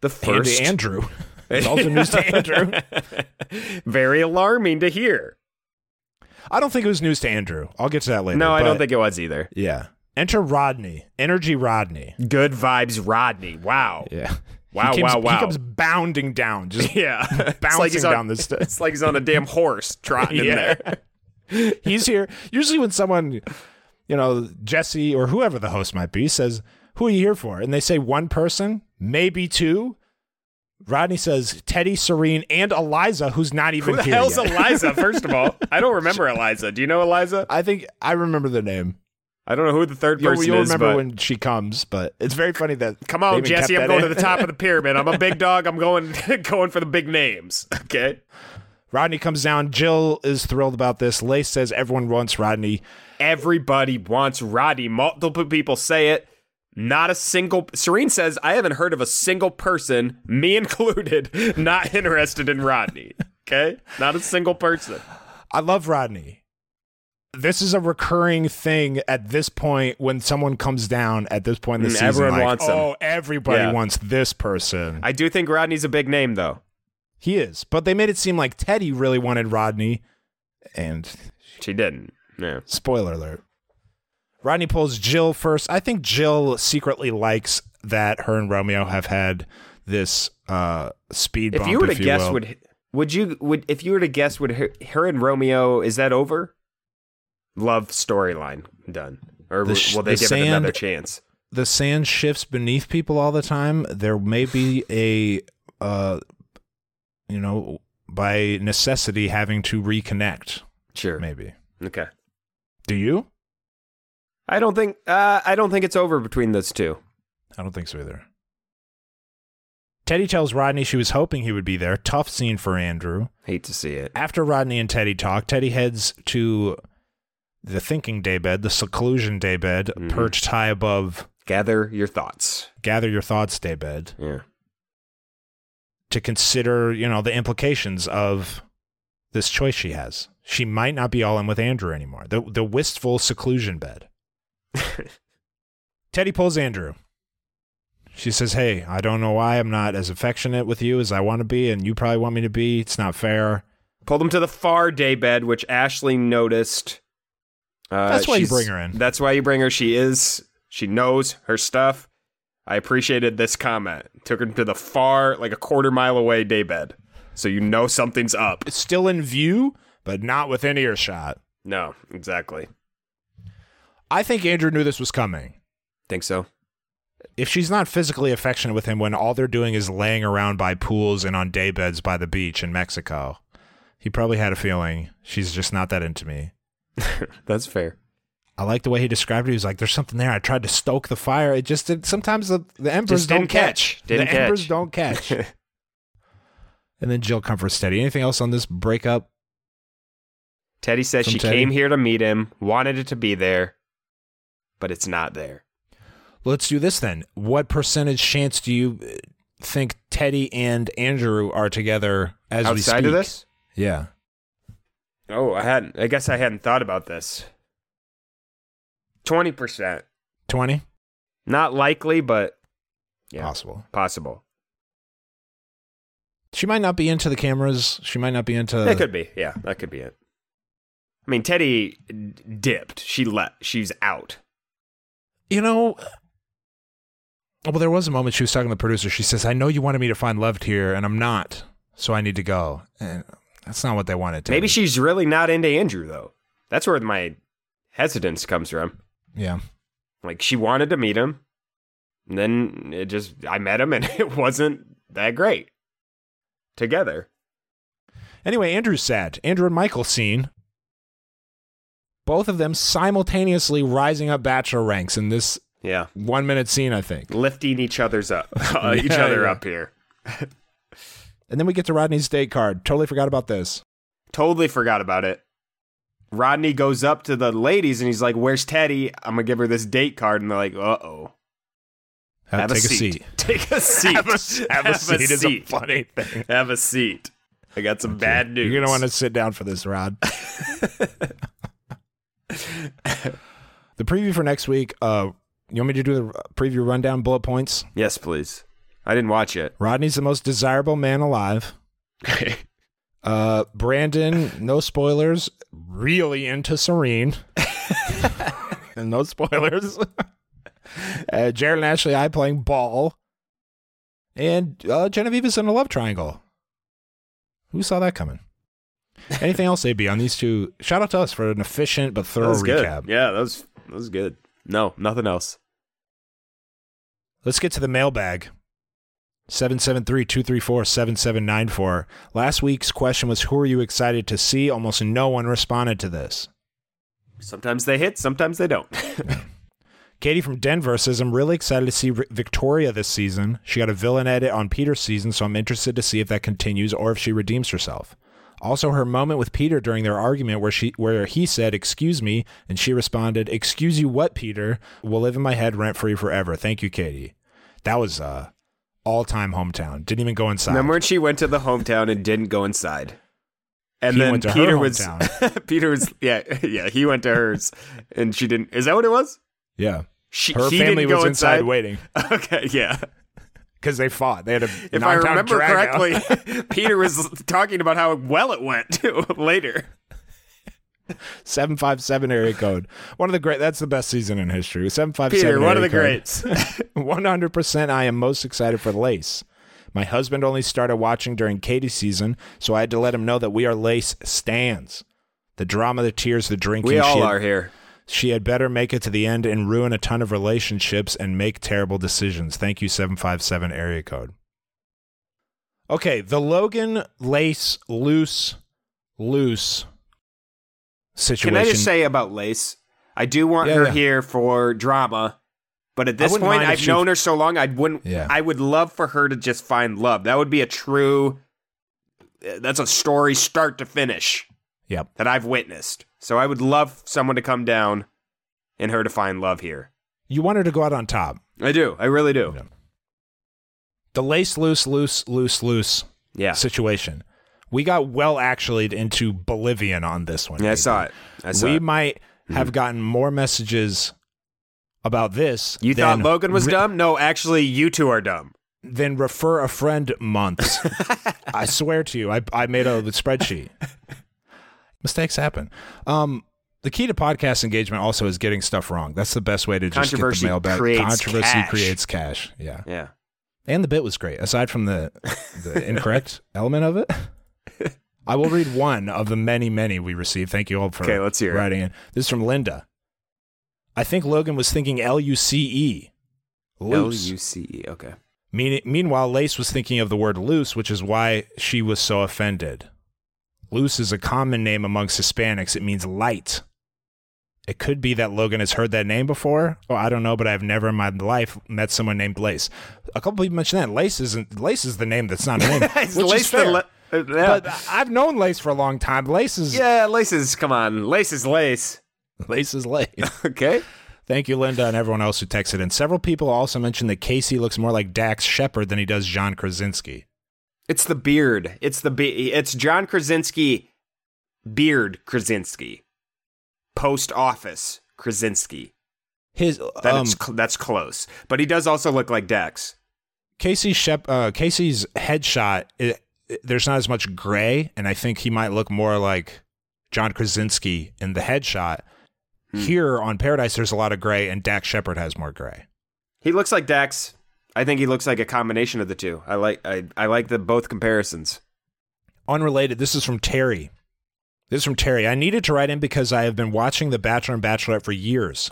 Speaker 2: the
Speaker 1: And
Speaker 2: first
Speaker 1: to Andrew. it's also news to Andrew.
Speaker 2: Very alarming to hear.
Speaker 1: I don't think it was news to Andrew. I'll get to that later.
Speaker 2: no, I
Speaker 1: but-
Speaker 2: don't think it was either.
Speaker 1: Yeah. Enter Rodney. Energy Rodney.
Speaker 2: Good vibes, Rodney. Wow.
Speaker 1: Yeah.
Speaker 2: Wow,
Speaker 1: he comes,
Speaker 2: wow, wow.
Speaker 1: He comes bounding down. Just
Speaker 2: Yeah.
Speaker 1: Bouncing
Speaker 2: It's like he's on-
Speaker 1: down the stairs.
Speaker 2: It's like he's on a damn horse trotting in
Speaker 1: Yeah.
Speaker 2: there.
Speaker 1: He's here. Usually, when someone, you know, Jesse or whoever the host might be says, Who are you here for? And they say one person, maybe two. Rodney says, Teddy, Serene, and Eliza, who's not even
Speaker 2: Who the
Speaker 1: here.
Speaker 2: hell's
Speaker 1: yet.
Speaker 2: Eliza, first of all? I don't remember Eliza. Do you know Eliza?
Speaker 1: I think I remember the name.
Speaker 2: I don't know who the third
Speaker 1: You'll,
Speaker 2: person
Speaker 1: you'll
Speaker 2: is,
Speaker 1: remember
Speaker 2: but
Speaker 1: when she comes, but it's very funny that.
Speaker 2: come
Speaker 1: they
Speaker 2: on,
Speaker 1: even
Speaker 2: Jesse,
Speaker 1: kept
Speaker 2: I'm
Speaker 1: that
Speaker 2: going to
Speaker 1: in.
Speaker 2: the top of the pyramid. I'm a big dog. I'm going going for the big names. Okay.
Speaker 1: Rodney comes down. Jill is thrilled about this. Lace says everyone wants Rodney.
Speaker 2: Everybody wants Rodney. Multiple people say it. Not a single Serene says, I haven't heard of a single person, me included, not interested in Rodney. Okay, not a single person.
Speaker 1: I love Rodney. This is a recurring thing at this point when someone comes down at this point in the
Speaker 2: Mm,
Speaker 1: season.
Speaker 2: everyone
Speaker 1: like,
Speaker 2: wants him.
Speaker 1: oh, everybody
Speaker 2: Yeah.
Speaker 1: wants this person.
Speaker 2: I do think Rodney's a big name, though.
Speaker 1: he is. But they made it seem like Teddy really wanted Rodney. And
Speaker 2: She didn't. Yeah.
Speaker 1: spoiler alert. Rodney pulls Jill first. I think Jill secretly likes that her and Romeo have had this uh, speed
Speaker 2: If
Speaker 1: bump.
Speaker 2: you were to
Speaker 1: if
Speaker 2: guess,
Speaker 1: will.
Speaker 2: would would you would if you were to guess, would her, her and Romeo is that over? Love storyline done, or
Speaker 1: The sh-
Speaker 2: will they
Speaker 1: the
Speaker 2: give it another
Speaker 1: sand-
Speaker 2: chance?
Speaker 1: the sand shifts beneath people all the time, there may be a, uh, you know, by necessity having to reconnect.
Speaker 2: Sure.
Speaker 1: Maybe.
Speaker 2: Okay.
Speaker 1: Do you?
Speaker 2: I don't think uh, I don't think it's over between those two.
Speaker 1: I don't think so either. Teddy tells Rodney she was hoping he would be there. Tough scene for Andrew.
Speaker 2: Hate to see it.
Speaker 1: After Rodney and Teddy talk, Teddy heads to the thinking daybed, the seclusion daybed,
Speaker 2: Mhm.
Speaker 1: perched high above
Speaker 2: Gather your thoughts.
Speaker 1: gather your thoughts daybed.
Speaker 2: Yeah.
Speaker 1: to consider, you know, the implications of this choice she has. She might not be all in with Andrew anymore. The the wistful seclusion bed. Teddy pulls Andrew. She says, "Hey, I don't know why I'm not as affectionate with you as I want to be, and you probably want me to be. It's not fair."
Speaker 2: Pulled them to the far daybed, which Ashley noticed. Uh,
Speaker 1: That's why you
Speaker 2: she's-
Speaker 1: bring her in.
Speaker 2: That's why you bring her. She is. She knows her stuff. I appreciated this comment. Took her to the far, like a quarter mile away daybed, so you know something's up.
Speaker 1: It's still in view, but not within earshot.
Speaker 2: No, exactly.
Speaker 1: I think Andrew knew this was coming.
Speaker 2: Think so.
Speaker 1: if she's not physically affectionate with him when all they're doing is laying around by pools and on daybeds by the beach in Mexico, he probably had a feeling she's just not that into me.
Speaker 2: That's fair.
Speaker 1: I like the way he described it. He was like, "There's something there. I tried to stoke the fire. It just did. Sometimes the the embers
Speaker 2: Just
Speaker 1: don't
Speaker 2: didn't catch. Didn't
Speaker 1: the embers
Speaker 2: catch."
Speaker 1: don't catch." and then Jill comforts Teddy. Anything else on this breakup?
Speaker 2: Teddy says
Speaker 1: From
Speaker 2: she
Speaker 1: Teddy?
Speaker 2: came here to meet him, wanted it to be there, but it's not there.
Speaker 1: Let's do this then. What percentage chance do you uh, think Teddy and Andrew are together as we
Speaker 2: Outside of
Speaker 1: speak?
Speaker 2: this?
Speaker 1: Yeah.
Speaker 2: Oh, I hadn't. I guess I hadn't thought about this. Twenty percent,
Speaker 1: 20?
Speaker 2: not likely, but yeah,
Speaker 1: Possible.
Speaker 2: Possible.
Speaker 1: She might not be into the cameras. She might not be into.
Speaker 2: that could be. Yeah, that could be it. I mean, Teddy d- dipped. She left. She's out.
Speaker 1: You know. Well, there was a moment she was talking to the producer. She says, "I know you wanted me to find love here, and I'm not, so I need to go." And that's not what they wanted. Teddy.
Speaker 2: Maybe she's really not into Andrew though. That's where my hesitance comes from.
Speaker 1: Yeah.
Speaker 2: Like she wanted to meet him, and then it just I met him, and it wasn't that great together.
Speaker 1: Anyway, Andrew's sad. Andrew and Michael scene. Both of them simultaneously rising up bachelor ranks in this
Speaker 2: Yeah,
Speaker 1: one minute scene, I think.
Speaker 2: lifting each other's up, uh, each
Speaker 1: Yeah,
Speaker 2: other
Speaker 1: yeah.
Speaker 2: up here.
Speaker 1: And then we get to Rodney's date card. Totally forgot about this.
Speaker 2: Totally forgot about it. Rodney goes up to the ladies and he's like, "Where's Teddy? I'm gonna give her this date card." And they're like, "Uh oh,
Speaker 1: Uh, take
Speaker 2: Take a seat.
Speaker 1: Have a, seat. have a seat is a funny thing.
Speaker 2: Have a seat. I got some bad news.
Speaker 1: You're gonna want to sit down for this, Rod. the preview for next week. Uh, you want me to do the preview rundown, bullet points?
Speaker 2: Yes, please. I didn't watch it.
Speaker 1: Rodney's the most desirable man alive. Uh, Brandon, no spoilers, really into Serene. and no spoilers. uh, Jared and Ashley, I playing ball. And uh, Genevieve is in a love triangle. Who saw that coming? Anything else, AB, on these two? Shout out to us for an efficient but
Speaker 2: that
Speaker 1: thorough
Speaker 2: was good.
Speaker 1: recap.
Speaker 2: Yeah, that was that was good. No, nothing else.
Speaker 1: Let's get to the mailbag. 773-234-7794. Last week's question was who are you excited to see? Almost no one responded to this.
Speaker 2: Sometimes they hit, sometimes they don't.
Speaker 1: Katie from Denver says I'm really excited to see Ri- Victoria this season. She got a villain edit on Peter's season, so I'm interested to see if that continues or if she redeems herself. Also her moment with Peter during their argument where she where he said, "Excuse me," and she responded, "Excuse you what, Peter? Will live in my head rent free forever. Thank you, Katie." That was uh all-time hometown. Didn't even go inside.
Speaker 2: Remember when she went to the hometown and didn't go inside? And
Speaker 1: He
Speaker 2: then
Speaker 1: went to her
Speaker 2: Peter was
Speaker 1: hometown.
Speaker 2: Peter was yeah yeah he went to hers and she didn't. Is that what it was?
Speaker 1: Yeah.
Speaker 2: She,
Speaker 1: Her
Speaker 2: he
Speaker 1: family
Speaker 2: didn't go
Speaker 1: was inside,
Speaker 2: inside
Speaker 1: waiting
Speaker 2: Okay, yeah.
Speaker 1: because they fought. They had a
Speaker 2: If I remember correctly, Peter was talking about how well it went too, later.
Speaker 1: seven five seven area code. One of the great. That's the best season in history. Seven five seven.
Speaker 2: Peter, one of the greats.
Speaker 1: One hundred percent. I am most excited for Lace. My husband only started watching during Katie's season, so I had to let him know that we are Lace stands. The drama, the tears, the drinking.
Speaker 2: we
Speaker 1: she
Speaker 2: all
Speaker 1: had-
Speaker 2: are here.
Speaker 1: She had better make it to the end and ruin a ton of relationships and make terrible decisions. Thank you, 757 area code. Okay, the Logan lace loose, loose situation.
Speaker 2: Can I just say about Lace? I do want
Speaker 1: Yeah,
Speaker 2: her
Speaker 1: yeah.
Speaker 2: here for drama, but at
Speaker 1: I
Speaker 2: this
Speaker 1: wouldn't
Speaker 2: point,
Speaker 1: mind if
Speaker 2: I've
Speaker 1: she-
Speaker 2: known her so long. I wouldn't.
Speaker 1: Yeah.
Speaker 2: I would love for her to just find love. That would be a true. That's a story start to finish
Speaker 1: Yep.
Speaker 2: that I've witnessed. So I would love someone to come down, and her to find love here.
Speaker 1: You want her to go out on top.
Speaker 2: I do. I really do.
Speaker 1: Yeah. The lace loose, loose, loose, loose
Speaker 2: Yeah.
Speaker 1: situation. We got well actually into Bolivian on this one.
Speaker 2: Yeah, I
Speaker 1: Nathan.
Speaker 2: saw it. I saw
Speaker 1: we
Speaker 2: it. Mm-hmm.
Speaker 1: might have gotten more messages about this.
Speaker 2: You thought
Speaker 1: than
Speaker 2: Logan was
Speaker 1: ri-
Speaker 2: dumb? No, actually, you two are dumb.
Speaker 1: Then refer a friend months. I swear to you, I, I made a spreadsheet. Mistakes happen. Um, the key to podcast engagement also is getting stuff wrong. That's the best way to just get the
Speaker 2: Controversy
Speaker 1: mail back.
Speaker 2: creates
Speaker 1: Controversy
Speaker 2: cash.
Speaker 1: creates cash. Yeah.
Speaker 2: Yeah.
Speaker 1: And the bit was great, aside from the, the incorrect element of it. I will read one of the many, many we received. Thank you all for
Speaker 2: Okay, let's hear it.
Speaker 1: writing in. This is from Linda. I think Logan was thinking L U C E.
Speaker 2: L
Speaker 1: Loose.
Speaker 2: U C E. Okay.
Speaker 1: Mean- meanwhile, Lace was thinking of the word loose, which is why she was so offended. Loose is a common name amongst Hispanics, it means light. It could be that Logan has heard that name before. Oh, I don't know, but I've never in my life met someone named Lace. A couple people mentioned that Lace isn't Lace is the name that's not a name,
Speaker 2: It's
Speaker 1: which
Speaker 2: Lace
Speaker 1: is
Speaker 2: the
Speaker 1: fair.
Speaker 2: le- uh, yeah.
Speaker 1: But I've known Lace for a long time. Lace is
Speaker 2: Yeah, laces. Come on, laces, lace.
Speaker 1: Lace is Lace.
Speaker 2: Okay.
Speaker 1: Thank you, Linda, and everyone else who texted. And several people also mentioned that Casey looks more like Dax Shepard than he does John Krasinski.
Speaker 2: It's the beard. It's the be- It's John Krasinski, beard Krasinski, post office Krasinski.
Speaker 1: His um,
Speaker 2: That's cl- that's close, but he does also look like Dex.
Speaker 1: Casey Shep, uh, Casey's headshot, it, it- there's not as much gray, and I think he might look more like John Krasinski in the headshot. Here on Paradise, there's a lot of gray, and Dak Shepard has more gray.
Speaker 2: He looks like Dex. I think he looks like a combination of the two. I like I, I like the both comparisons.
Speaker 1: Unrelated, this is from Terry. This is from Terry. I needed to write in because I have been watching The Bachelor and Bachelorette for years.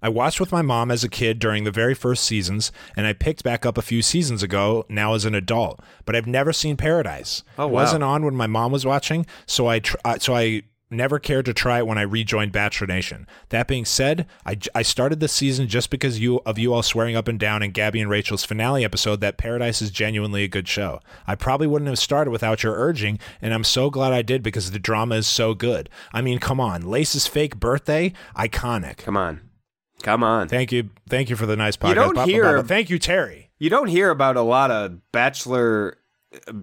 Speaker 1: I watched with my mom as a kid during the very first seasons, and I picked back up a few seasons ago now as an adult. But I've never seen Paradise.
Speaker 2: Oh,
Speaker 1: It
Speaker 2: wow.
Speaker 1: wasn't on when my mom was watching, so I tr- uh, so I never cared to try it when I rejoined Bachelor Nation. That being said, I, j- I started this season just because you of you all swearing up and down in Gabby and Rachel's finale episode that Paradise is genuinely a good show. I probably wouldn't have started without your urging, and I'm so glad I did because the drama is so good. I mean, come on, Lace's fake birthday, iconic.
Speaker 2: Come on, come on.
Speaker 1: Thank you, thank you for the nice podcast.
Speaker 2: You don't
Speaker 1: Blah, blah,
Speaker 2: hear-
Speaker 1: blah, blah. Thank you, Terry.
Speaker 2: You don't hear about a lot of bachelor,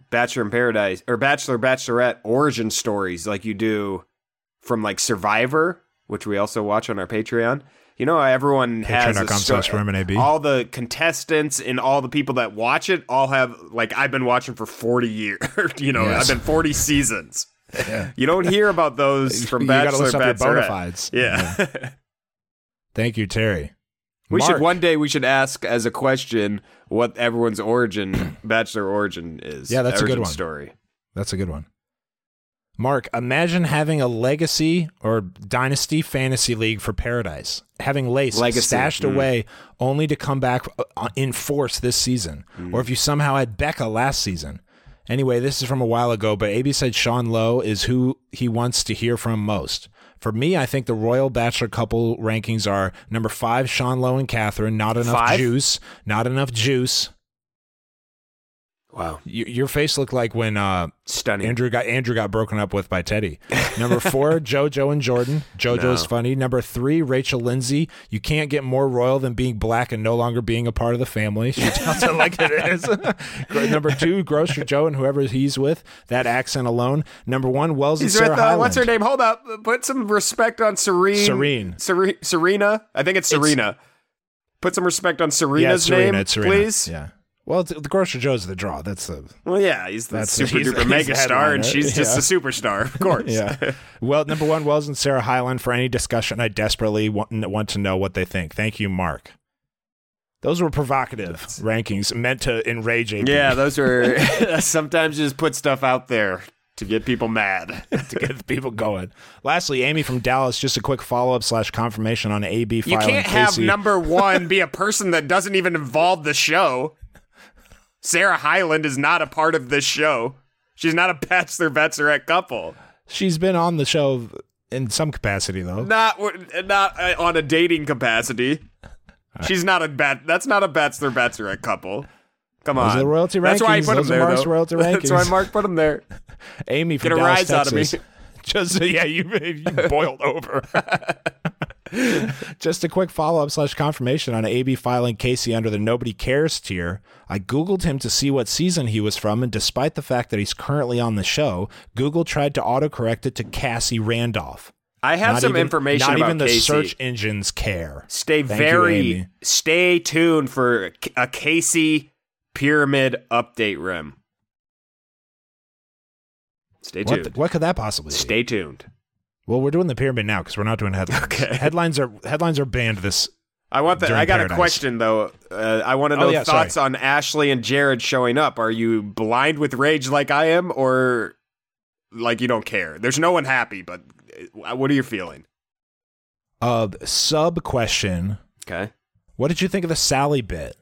Speaker 2: bachelor in paradise or bachelor bachelorette origin stories like you do from like Survivor, which we also watch on our Patreon. You know, how everyone has a
Speaker 1: Patreon.com
Speaker 2: sto-
Speaker 1: slash Roman AB.
Speaker 2: all the contestants and all the people that watch it all have like I've been watching for forty years. you know,
Speaker 1: Yes.
Speaker 2: I've been forty seasons. You don't hear about those from
Speaker 1: You gotta
Speaker 2: Bachelor
Speaker 1: list up your bona
Speaker 2: Bachelorette.
Speaker 1: fides.
Speaker 2: Yeah.
Speaker 1: Thank you, Terry.
Speaker 2: We should
Speaker 1: Mark.
Speaker 2: one day we should ask as a question what everyone's origin bachelor origin is.
Speaker 1: Yeah, that's a good
Speaker 2: Origin
Speaker 1: one.
Speaker 2: Story.
Speaker 1: That's a good one. Mark, imagine having a legacy or dynasty fantasy league for paradise. Having Lace
Speaker 2: Legacy,
Speaker 1: stashed
Speaker 2: mm.
Speaker 1: away only to come back uh, in force this season.
Speaker 2: Mm.
Speaker 1: Or if you somehow had Becca last season. Anyway, this is from a while ago, but AB said Sean Lowe is who he wants to hear from most. For me, I think the Royal Bachelor couple rankings are number five, Sean Lowe and Catherine. Not enough
Speaker 2: Five?
Speaker 1: juice. Not enough juice.
Speaker 2: Wow.
Speaker 1: Y- your face looked like when uh,
Speaker 2: Stunning.
Speaker 1: Andrew got Andrew got broken up with by Teddy. Number four, JoJo and Jordan. JoJo's funny. Number three, Rachel Lindsay. You can't get more royal than being black and no longer being a part of the family. She tells it like it is. Gro- Number two, Grocer Joe and whoever he's with. That accent alone. Number one, Wells
Speaker 2: He's
Speaker 1: and Sarah
Speaker 2: with uh, what's her
Speaker 1: Hyland.
Speaker 2: name? Hold up, put some respect on Serene.
Speaker 1: Serene.
Speaker 2: Sere- Serena. I think it's Serena. put some respect on
Speaker 1: Yeah,
Speaker 2: Serena's
Speaker 1: it's Serena.
Speaker 2: name,
Speaker 1: it's Serena.
Speaker 2: please.
Speaker 1: Yeah. Well, it's, the Grocer Joe's the draw. That's the
Speaker 2: Well, yeah, he's the
Speaker 1: That's-
Speaker 2: super
Speaker 1: he's-
Speaker 2: duper
Speaker 1: he's
Speaker 2: mega
Speaker 1: the
Speaker 2: star,
Speaker 1: headliner.
Speaker 2: and she's just
Speaker 1: Yeah.
Speaker 2: a superstar, of course.
Speaker 1: Yeah. Well, number one, Wells and Sarah Hyland for any discussion. I desperately want, want to know what they think. Thank you, Mark. Those were provocative rankings meant to enrage AP.
Speaker 2: Yeah, those are sometimes you just put stuff out there to get people mad.
Speaker 1: to get the people going. Lastly, Amy from Dallas, just a quick follow up slash confirmation on AB
Speaker 2: You
Speaker 1: filing
Speaker 2: can't have
Speaker 1: Casey.
Speaker 2: number one be a person that doesn't even involve the show. Sarah Hyland is not a part of this show. She's not a bachelor bachelorette couple.
Speaker 1: She's been on the show in some capacity though.
Speaker 2: Not not uh, on a dating capacity. She's not a bat. That's not a bachelor bachelorette couple. Come
Speaker 1: Those
Speaker 2: on,
Speaker 1: are the royalty
Speaker 2: That's why I
Speaker 1: rankings.
Speaker 2: put
Speaker 1: Those
Speaker 2: him
Speaker 1: are
Speaker 2: there.
Speaker 1: Mark's
Speaker 2: though.
Speaker 1: royalty
Speaker 2: That's why
Speaker 1: rankings.
Speaker 2: Mark put him there.
Speaker 1: Amy from
Speaker 2: Get a
Speaker 1: Dallas,
Speaker 2: rise out of me.
Speaker 1: Texas. Just yeah, you you boiled over. Just a quick follow up slash confirmation on AB filing Casey under the nobody cares tier. I googled him to see what season he was from, and despite the fact that he's currently on the show, Google tried to autocorrect it to Cassie Randolph.
Speaker 2: I have
Speaker 1: Not
Speaker 2: some
Speaker 1: even-
Speaker 2: information
Speaker 1: Not
Speaker 2: about
Speaker 1: even the
Speaker 2: Casey.
Speaker 1: search engines care.
Speaker 2: Stay
Speaker 1: Thank you,
Speaker 2: very
Speaker 1: Amy.
Speaker 2: stay tuned for a K- a Casey pyramid update rim. Stay
Speaker 1: What,
Speaker 2: tuned.
Speaker 1: the- what could that possibly? be?
Speaker 2: stay tuned.
Speaker 1: Well, we're doing the pyramid now because we're not doing headlines.
Speaker 2: Okay.
Speaker 1: Headlines are headlines are banned this
Speaker 2: I want that.
Speaker 1: During
Speaker 2: I got
Speaker 1: Paradise.
Speaker 2: a question though. Uh, I want to
Speaker 1: Oh,
Speaker 2: know
Speaker 1: yeah,
Speaker 2: thoughts on Ashley and Jared showing up. Are you blind with rage like I am, or like you don't care? There's no one happy, but uh, what are you feeling?
Speaker 1: Uh, sub question:
Speaker 2: Okay.
Speaker 1: What did you think of the Sally bit?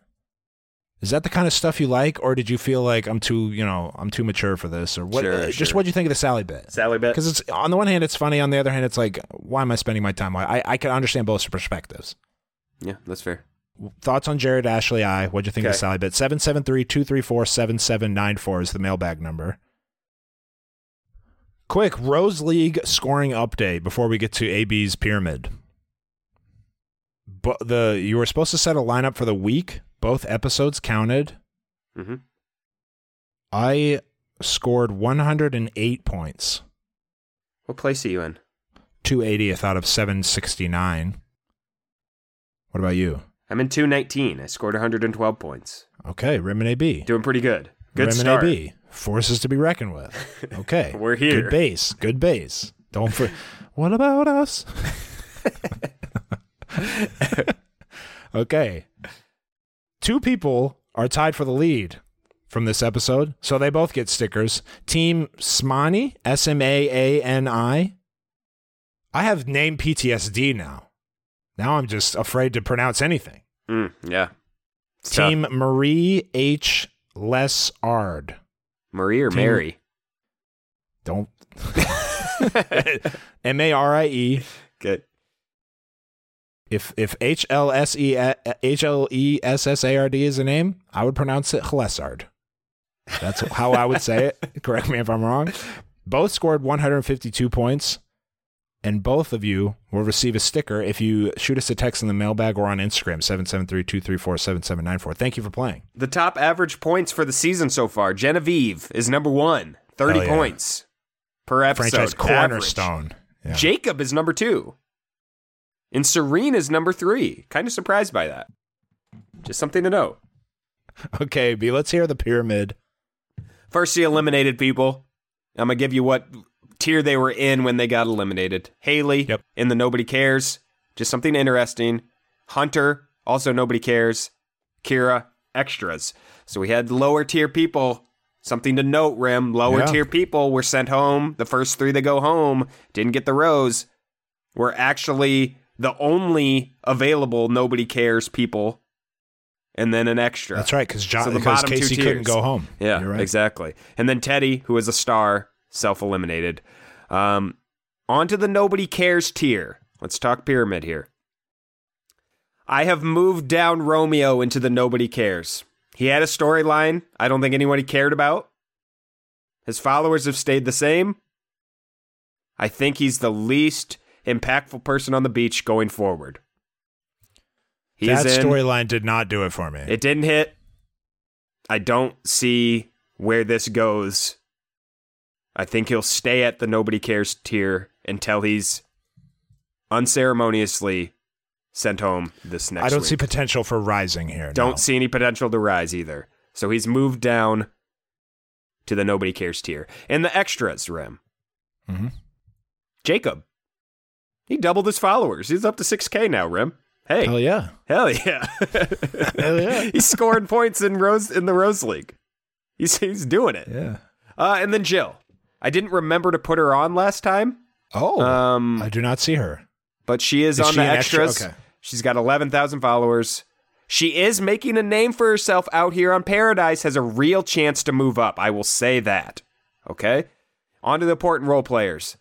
Speaker 1: Is that the kind of stuff you like, or did you feel like I'm too, you know, I'm too mature for this, or what?
Speaker 2: Sure,
Speaker 1: uh, Just
Speaker 2: sure.
Speaker 1: what do you think of the Sally bit?
Speaker 2: Sally bet.
Speaker 1: Because it's on the one hand it's funny, on the other hand it's like, why am I spending my time? on it? I I can understand both perspectives.
Speaker 2: Yeah, that's fair.
Speaker 1: Thoughts on Jared Ashley? I what'd you think of the
Speaker 2: Okay.
Speaker 1: Sally bit? Seven seven three two three four seven seven nine four is the mailbag number. Quick Rose League scoring update before we get to AB's pyramid. But the you were supposed to set a lineup for the week. Both episodes counted.
Speaker 2: Mm-hmm.
Speaker 1: I scored 108 points,
Speaker 2: What place are you in?
Speaker 1: 280th out of 769. What about you?
Speaker 2: I'm in 219. I scored 112 points.
Speaker 1: Okay, Rim and AB.
Speaker 2: Doing pretty good. Good
Speaker 1: Rim
Speaker 2: start.
Speaker 1: and AB. Forces to be reckoned with. Okay.
Speaker 2: We're here.
Speaker 1: Good base. Good base. Don't for What about us? okay. Two people are tied for the lead from this episode, so they both get stickers. Team Smani, S M A A N I. I have name PTSD now. Now I'm just afraid to pronounce anything.
Speaker 2: Mm, yeah. It's tough.
Speaker 1: Team Marie H. Lessard.
Speaker 2: Marie or
Speaker 1: Team-
Speaker 2: Mary?
Speaker 1: Don't M A R I E.
Speaker 2: Good.
Speaker 1: If if H L S E H L E S S A R D is a name, I would pronounce it Hlesard. That's how I would say it. Correct me if I'm wrong. Both scored 152 points, and both of you will receive a sticker if you shoot us a text in the mailbag or on Instagram 773-234-7794. Thank you for playing.
Speaker 2: The top average points for the season so far. Genevieve is number one, 30
Speaker 1: Hell yeah.
Speaker 2: points per episode.
Speaker 1: Franchise
Speaker 2: average.
Speaker 1: cornerstone. Yeah.
Speaker 2: Jacob is number two. And Serene is number three. Kind of surprised by that. Just something to know.
Speaker 1: Okay, B. Let's hear the pyramid.
Speaker 2: First, the eliminated people. I'm going to give you what tier they were in when they got eliminated. Haley
Speaker 1: Yep.
Speaker 2: in the Nobody Cares. Just something interesting. Hunter, also Nobody Cares. Kira, extras. So we had lower tier people. Something to note, Rim. Lower
Speaker 1: Yeah.
Speaker 2: tier people were sent home. The first three to go home didn't get the rose. Were actually the only available Nobody Cares people. And then an extra.
Speaker 1: That's right, because John
Speaker 2: So the
Speaker 1: because
Speaker 2: bottom two
Speaker 1: Casey couldn't
Speaker 2: tiers.
Speaker 1: go home.
Speaker 2: Yeah,
Speaker 1: You're right.
Speaker 2: exactly. And then Teddy, who is a star, self eliminated. Um, on to the nobody cares tier. Let's talk pyramid here. I have moved down Romeo into the nobody cares. He had a storyline I don't think anybody cared about. His followers have stayed the same. I think he's the least impactful person on the beach going forward. He's
Speaker 1: that
Speaker 2: in.
Speaker 1: storyline did not do it for me.
Speaker 2: It didn't hit. I don't see where this goes. I think he'll stay at the nobody cares tier until he's unceremoniously sent home this next
Speaker 1: I don't
Speaker 2: week.
Speaker 1: see potential for rising here.
Speaker 2: don't
Speaker 1: no.
Speaker 2: see any potential to rise either. So he's moved down to the nobody cares tier. And the extras rim.
Speaker 1: Mhm.
Speaker 2: Jacob. He doubled his followers. He's up to 6k now, Rim. Hey.
Speaker 1: Hell yeah.
Speaker 2: Hell yeah.
Speaker 1: Hell yeah.
Speaker 2: he's scoring points in Rose in the Rose League. He's he's doing it.
Speaker 1: Yeah.
Speaker 2: Uh, and then Jill. I didn't remember to put her on last time,
Speaker 1: Oh,
Speaker 2: Um,
Speaker 1: I do not see her.
Speaker 2: but she is,
Speaker 1: Is
Speaker 2: on
Speaker 1: she
Speaker 2: the
Speaker 1: an extra?
Speaker 2: extras.
Speaker 1: Okay.
Speaker 2: She's got 11,000 followers. She is making a name for herself out here on Paradise, has a real chance to move up. I will say that. Okay? On to the important role players.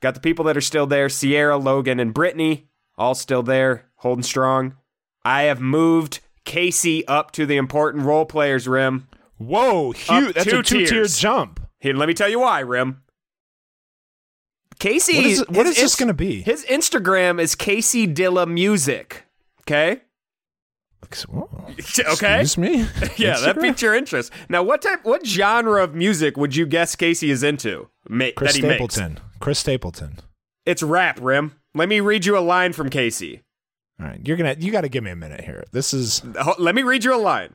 Speaker 2: Got the people that are still there Sierra, Logan, and Brittany, all still there, holding strong. I have moved Casey up to the important role players, Rim.
Speaker 1: Whoa, huge!
Speaker 2: Up
Speaker 1: That's a
Speaker 2: two
Speaker 1: two-tier
Speaker 2: tiers.
Speaker 1: jump.
Speaker 2: Here, let me tell you why, Rim. Casey,
Speaker 1: What is- what is
Speaker 2: his
Speaker 1: this
Speaker 2: Inst-
Speaker 1: gonna be?
Speaker 2: His Instagram is Casey Dilla Music. Okay,
Speaker 1: Whoa.
Speaker 2: okay.
Speaker 1: Excuse me.
Speaker 2: yeah, that
Speaker 1: Instagram?
Speaker 2: piqued your interest. Now, what type, what genre of music would you guess Casey is into? Ma-
Speaker 1: Chris
Speaker 2: that he makes?
Speaker 1: Stapleton. Chris Stapleton.
Speaker 2: It's rap, Rim. Let me read you a line from Casey.
Speaker 1: All right, you're gonna you got to give me a minute here. This is
Speaker 2: Ho- Let me read you a line.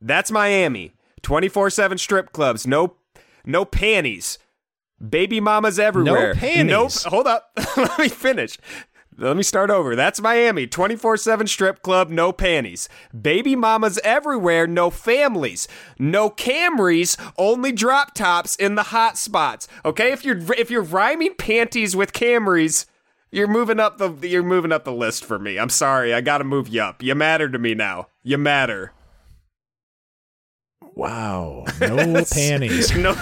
Speaker 2: That's Miami. 24/7 strip clubs. No no panties. Baby mamas everywhere.
Speaker 1: panties.
Speaker 2: Nope. Hold up. Let me finish. Let me start over. That's Miami. 24/7 strip club, no panties. Baby mamas everywhere, no families. No Camrys, only drop tops in the hot spots. Okay? If you're if you're rhyming panties with Camrys, you're moving up the you're moving up the list for me. I'm sorry. I got to move you up. You matter to me now. You matter.
Speaker 1: wow. No panties.
Speaker 2: No.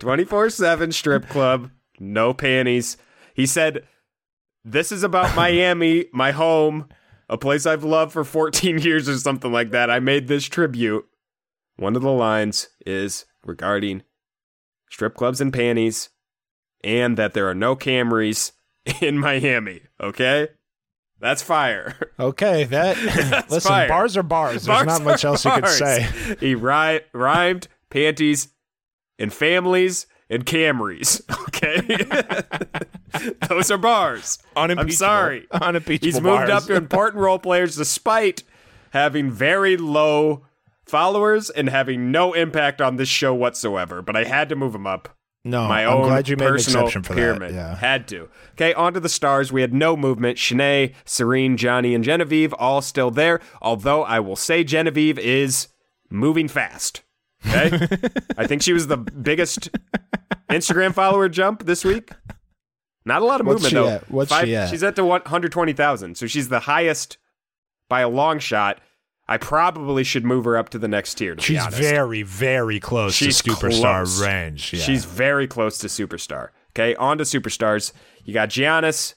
Speaker 2: 24 7 strip club, no panties. He said, This is about Miami, my home, a place I've loved for 14 years or something like that. I made this tribute. One of the lines is regarding strip clubs and panties and that there are no Camrys in Miami. Okay? That's fire.
Speaker 1: Okay, that
Speaker 2: That's
Speaker 1: listen.
Speaker 2: fire.
Speaker 1: Bars are bars. There's not much
Speaker 2: are
Speaker 1: else you could
Speaker 2: bars.
Speaker 1: say.
Speaker 2: He ri- rhymed panties and families and Camrys. Okay, those are bars. I'm
Speaker 1: Unimpeachable.
Speaker 2: sorry.
Speaker 1: Unimpeachable
Speaker 2: He's moved
Speaker 1: bars.
Speaker 2: up to important role players despite having very low followers and having no impact on this show whatsoever. But I had to move him up
Speaker 1: No,
Speaker 2: my
Speaker 1: I'm
Speaker 2: own
Speaker 1: glad you made an
Speaker 2: personal
Speaker 1: exception for
Speaker 2: pyramid.
Speaker 1: that. Yeah.
Speaker 2: Had to. Okay, on to the stars. We had no movement. Shanae, Serene, Johnny, and Genevieve all still there. Although I will say Genevieve is moving fast. Okay, I think she was the biggest Instagram follower jump this week. Not a lot of
Speaker 1: What's
Speaker 2: movement
Speaker 1: she
Speaker 2: though.
Speaker 1: at? What's she at?
Speaker 2: She's at the 120,000, so she's the highest by a long shot. I probably should move her up to the next tier. To be
Speaker 1: She's
Speaker 2: honest.
Speaker 1: very, very close to superstar
Speaker 2: close.
Speaker 1: range. Yeah.
Speaker 2: She's very close to superstar. Okay, on to superstars. You got Giannis,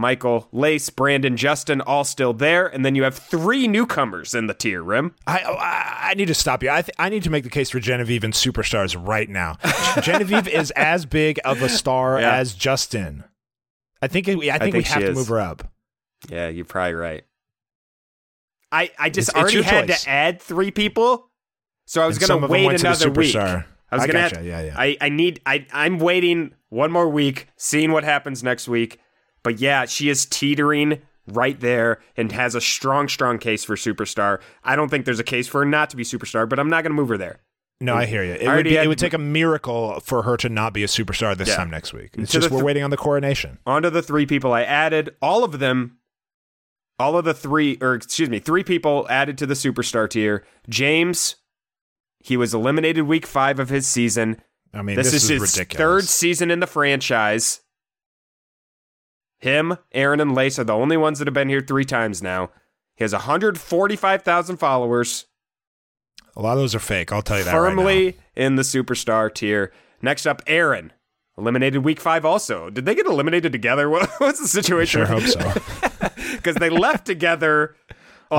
Speaker 2: Michael, Lace, Brandon, Justin, all still there, and then you have three newcomers in the tier rim.
Speaker 1: I, oh, I I need to stop you. I th- I need to make the case for Genevieve and superstars right now. Genevieve is as big of a star
Speaker 2: Yeah.
Speaker 1: as Justin. I think we, I think,
Speaker 2: think
Speaker 1: we
Speaker 2: she
Speaker 1: have to
Speaker 2: is.
Speaker 1: move her up.
Speaker 2: Yeah, you're probably right. I I
Speaker 1: It's-
Speaker 2: just
Speaker 1: it's
Speaker 2: already
Speaker 1: your
Speaker 2: had
Speaker 1: choice.
Speaker 2: to add three people, so I was
Speaker 1: And some
Speaker 2: gonna
Speaker 1: of them
Speaker 2: wait
Speaker 1: went to the
Speaker 2: another week.
Speaker 1: superstar.
Speaker 2: I was
Speaker 1: I
Speaker 2: gonna
Speaker 1: gotcha.
Speaker 2: have,
Speaker 1: Yeah, yeah.
Speaker 2: I I need I I'm waiting one more week, seeing what happens next week. But yeah, she is teetering right there and has a strong, strong case for superstar. I don't think there's a case for her not to be superstar, but I'm not gonna move her there.
Speaker 1: No, I hear you. It would
Speaker 2: already
Speaker 1: be,
Speaker 2: had-
Speaker 1: it would take a miracle for her to not be a superstar this
Speaker 2: Yeah.
Speaker 1: time next week. It's
Speaker 2: To the
Speaker 1: just we're
Speaker 2: th-
Speaker 1: waiting on the coronation.
Speaker 2: On to the three people I added. All of them, all of the three, or excuse me, three people added to the superstar tier. James, he was eliminated week five of his season.
Speaker 1: I mean,
Speaker 2: this,
Speaker 1: this,
Speaker 2: is, his third
Speaker 1: ridiculous.
Speaker 2: season in the franchise. Him, Aaron, and Lace are the only ones that have been here three times now. He has 145,000 followers,
Speaker 1: A lot of those are fake. I'll tell you that. right now.
Speaker 2: firmly in the superstar tier. Next up, Aaron, eliminated week five also. Did they get eliminated together? What was the situation?
Speaker 1: Sure hope so.
Speaker 2: because they left together on,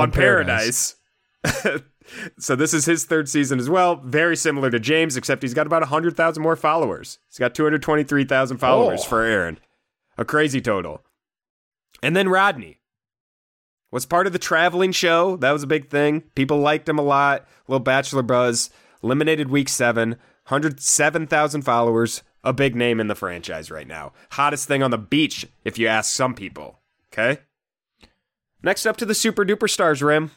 Speaker 1: On
Speaker 2: Paradise.
Speaker 1: Paradise.
Speaker 2: So this is his third season as well. Very similar to James, except he's got about 100,000 more followers. He's got 223,000 followers
Speaker 1: Oh.
Speaker 2: for Aaron. A crazy total. And then Rodney was part of the traveling show. That was a big thing. People liked him a lot. Little Bachelor Buzz. Eliminated week seven. 107,000 followers. A big name in the franchise right now. Hottest thing on the beach, if you ask some people. Okay? Next up to the Super Duper Stars Rim,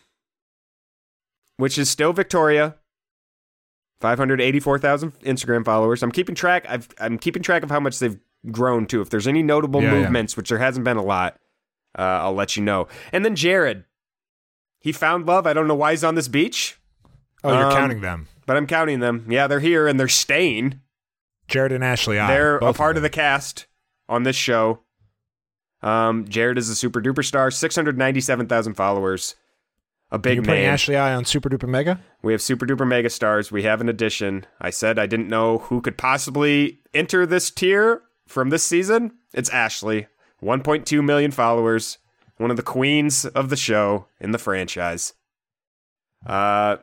Speaker 2: which is still Victoria. 584,000 Instagram followers. I'm keeping track. I've, I'm keeping track of how much they've grown to. If there's any notable
Speaker 1: Yeah, yeah.
Speaker 2: movements, which there hasn't been a lot, uh, I'll let you know. And then Jared, he found love. I don't know why he's on this beach,
Speaker 1: Oh, you're
Speaker 2: Um,
Speaker 1: counting them.
Speaker 2: but I'm counting them. Yeah, they're here and they're staying.
Speaker 1: Jared and Ashley. I,
Speaker 2: They're
Speaker 1: both
Speaker 2: a part of, the
Speaker 1: them.
Speaker 2: cast on this show. Um, Jared is a super duper star, 697,000 followers. A
Speaker 1: You're
Speaker 2: big
Speaker 1: putting
Speaker 2: name.
Speaker 1: Ashley I on Super Duper Mega.
Speaker 2: we have super duper mega stars. We have an addition. I said I didn't know who could possibly enter this tier from this season. It's Ashley, 1.2 million followers, one of the queens of the show in the franchise. Uh,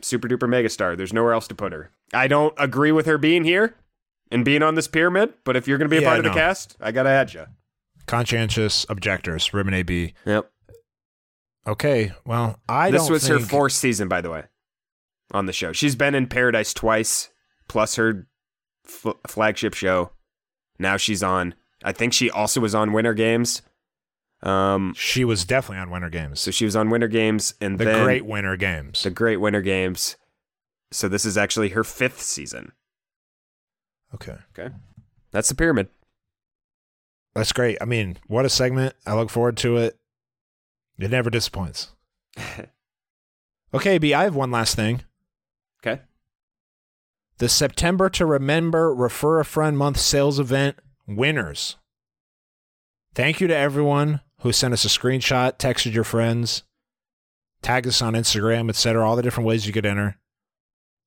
Speaker 2: super duper mega star. There's nowhere else to put her. I don't agree with her being here and being on this pyramid, but if you're going to be a
Speaker 1: Yeah,
Speaker 2: part
Speaker 1: I
Speaker 2: of
Speaker 1: know.
Speaker 2: the cast, I got to add you.
Speaker 1: Conscientious objectors. Ribbon AB.
Speaker 2: Yep.
Speaker 1: Okay. Well, I
Speaker 2: this
Speaker 1: don't
Speaker 2: was her
Speaker 1: think-
Speaker 2: fourth season, by the way, on the show. She's been in Paradise twice, plus her f- flagship show. Now she's on. I think she also was on Winter Games. Um,
Speaker 1: She was definitely on Winter Games.
Speaker 2: so she was on Winter Games, and
Speaker 1: the
Speaker 2: then
Speaker 1: Great Winter Games.
Speaker 2: the Great Winter Games. So this is actually her fifth season.
Speaker 1: okay.
Speaker 2: Okay, that's the pyramid.
Speaker 1: That's great. I mean, what a segment. I look forward to it. It never disappoints. okay, B, I have one last thing.
Speaker 2: Okay,
Speaker 1: The September to Remember Refer a Friend Month sales event winners. Thank you to everyone who sent us a screenshot, texted your friends, tagged us on Instagram, etc. All the different ways you could enter.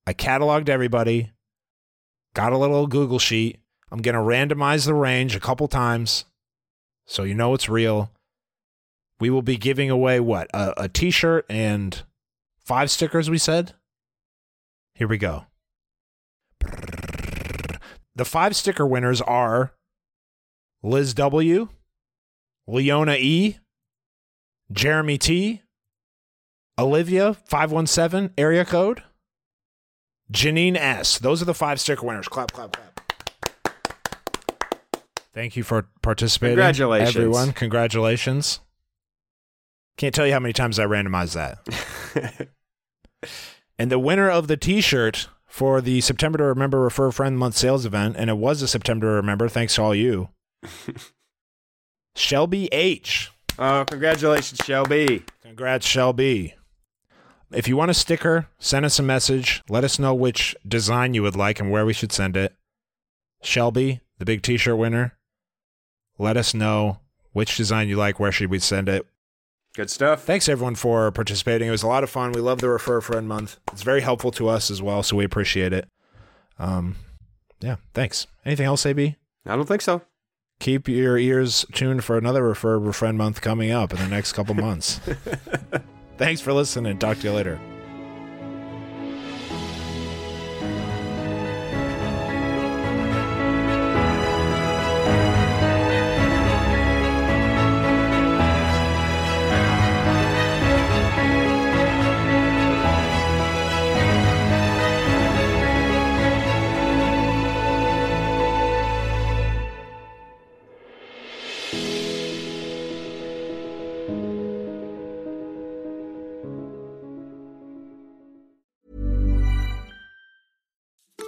Speaker 1: I cataloged everybody, got a little Google sheet. I'm going to randomize the range a couple times so you know it's real. We will be giving away what? A, a t shirt and five stickers, we said? Here we go. The five sticker winners are Liz W, Leona E, Jeremy T, Olivia 517 area code, Janine S. Those are the five sticker winners. Clap, clap, clap. Thank you for participating.
Speaker 2: Congratulations.
Speaker 1: Everyone, congratulations. Can't tell you how many times I randomized that. And the winner of the T-shirt for the September to Remember Refer a Friend Month sales event, and it was a September to Remember, thanks to all you. Shelby H.
Speaker 2: oh, congratulations, Shelby.
Speaker 1: Congrats, Shelby. If you want a sticker, send us a message. Let us know which design you would like and where we should send it. Shelby, the big T-shirt winner. Let us know which design you like. Where should we send it?
Speaker 2: Good stuff.
Speaker 1: Thanks everyone for participating. It was a lot of fun. We love the refer a friend month. It's very helpful to us as well, so we appreciate it. Um, yeah, thanks. Anything else, AB?
Speaker 2: I don't think so.
Speaker 1: Keep your ears tuned for another refer a friend month coming up in the next couple months. thanks for listening. Talk to you later.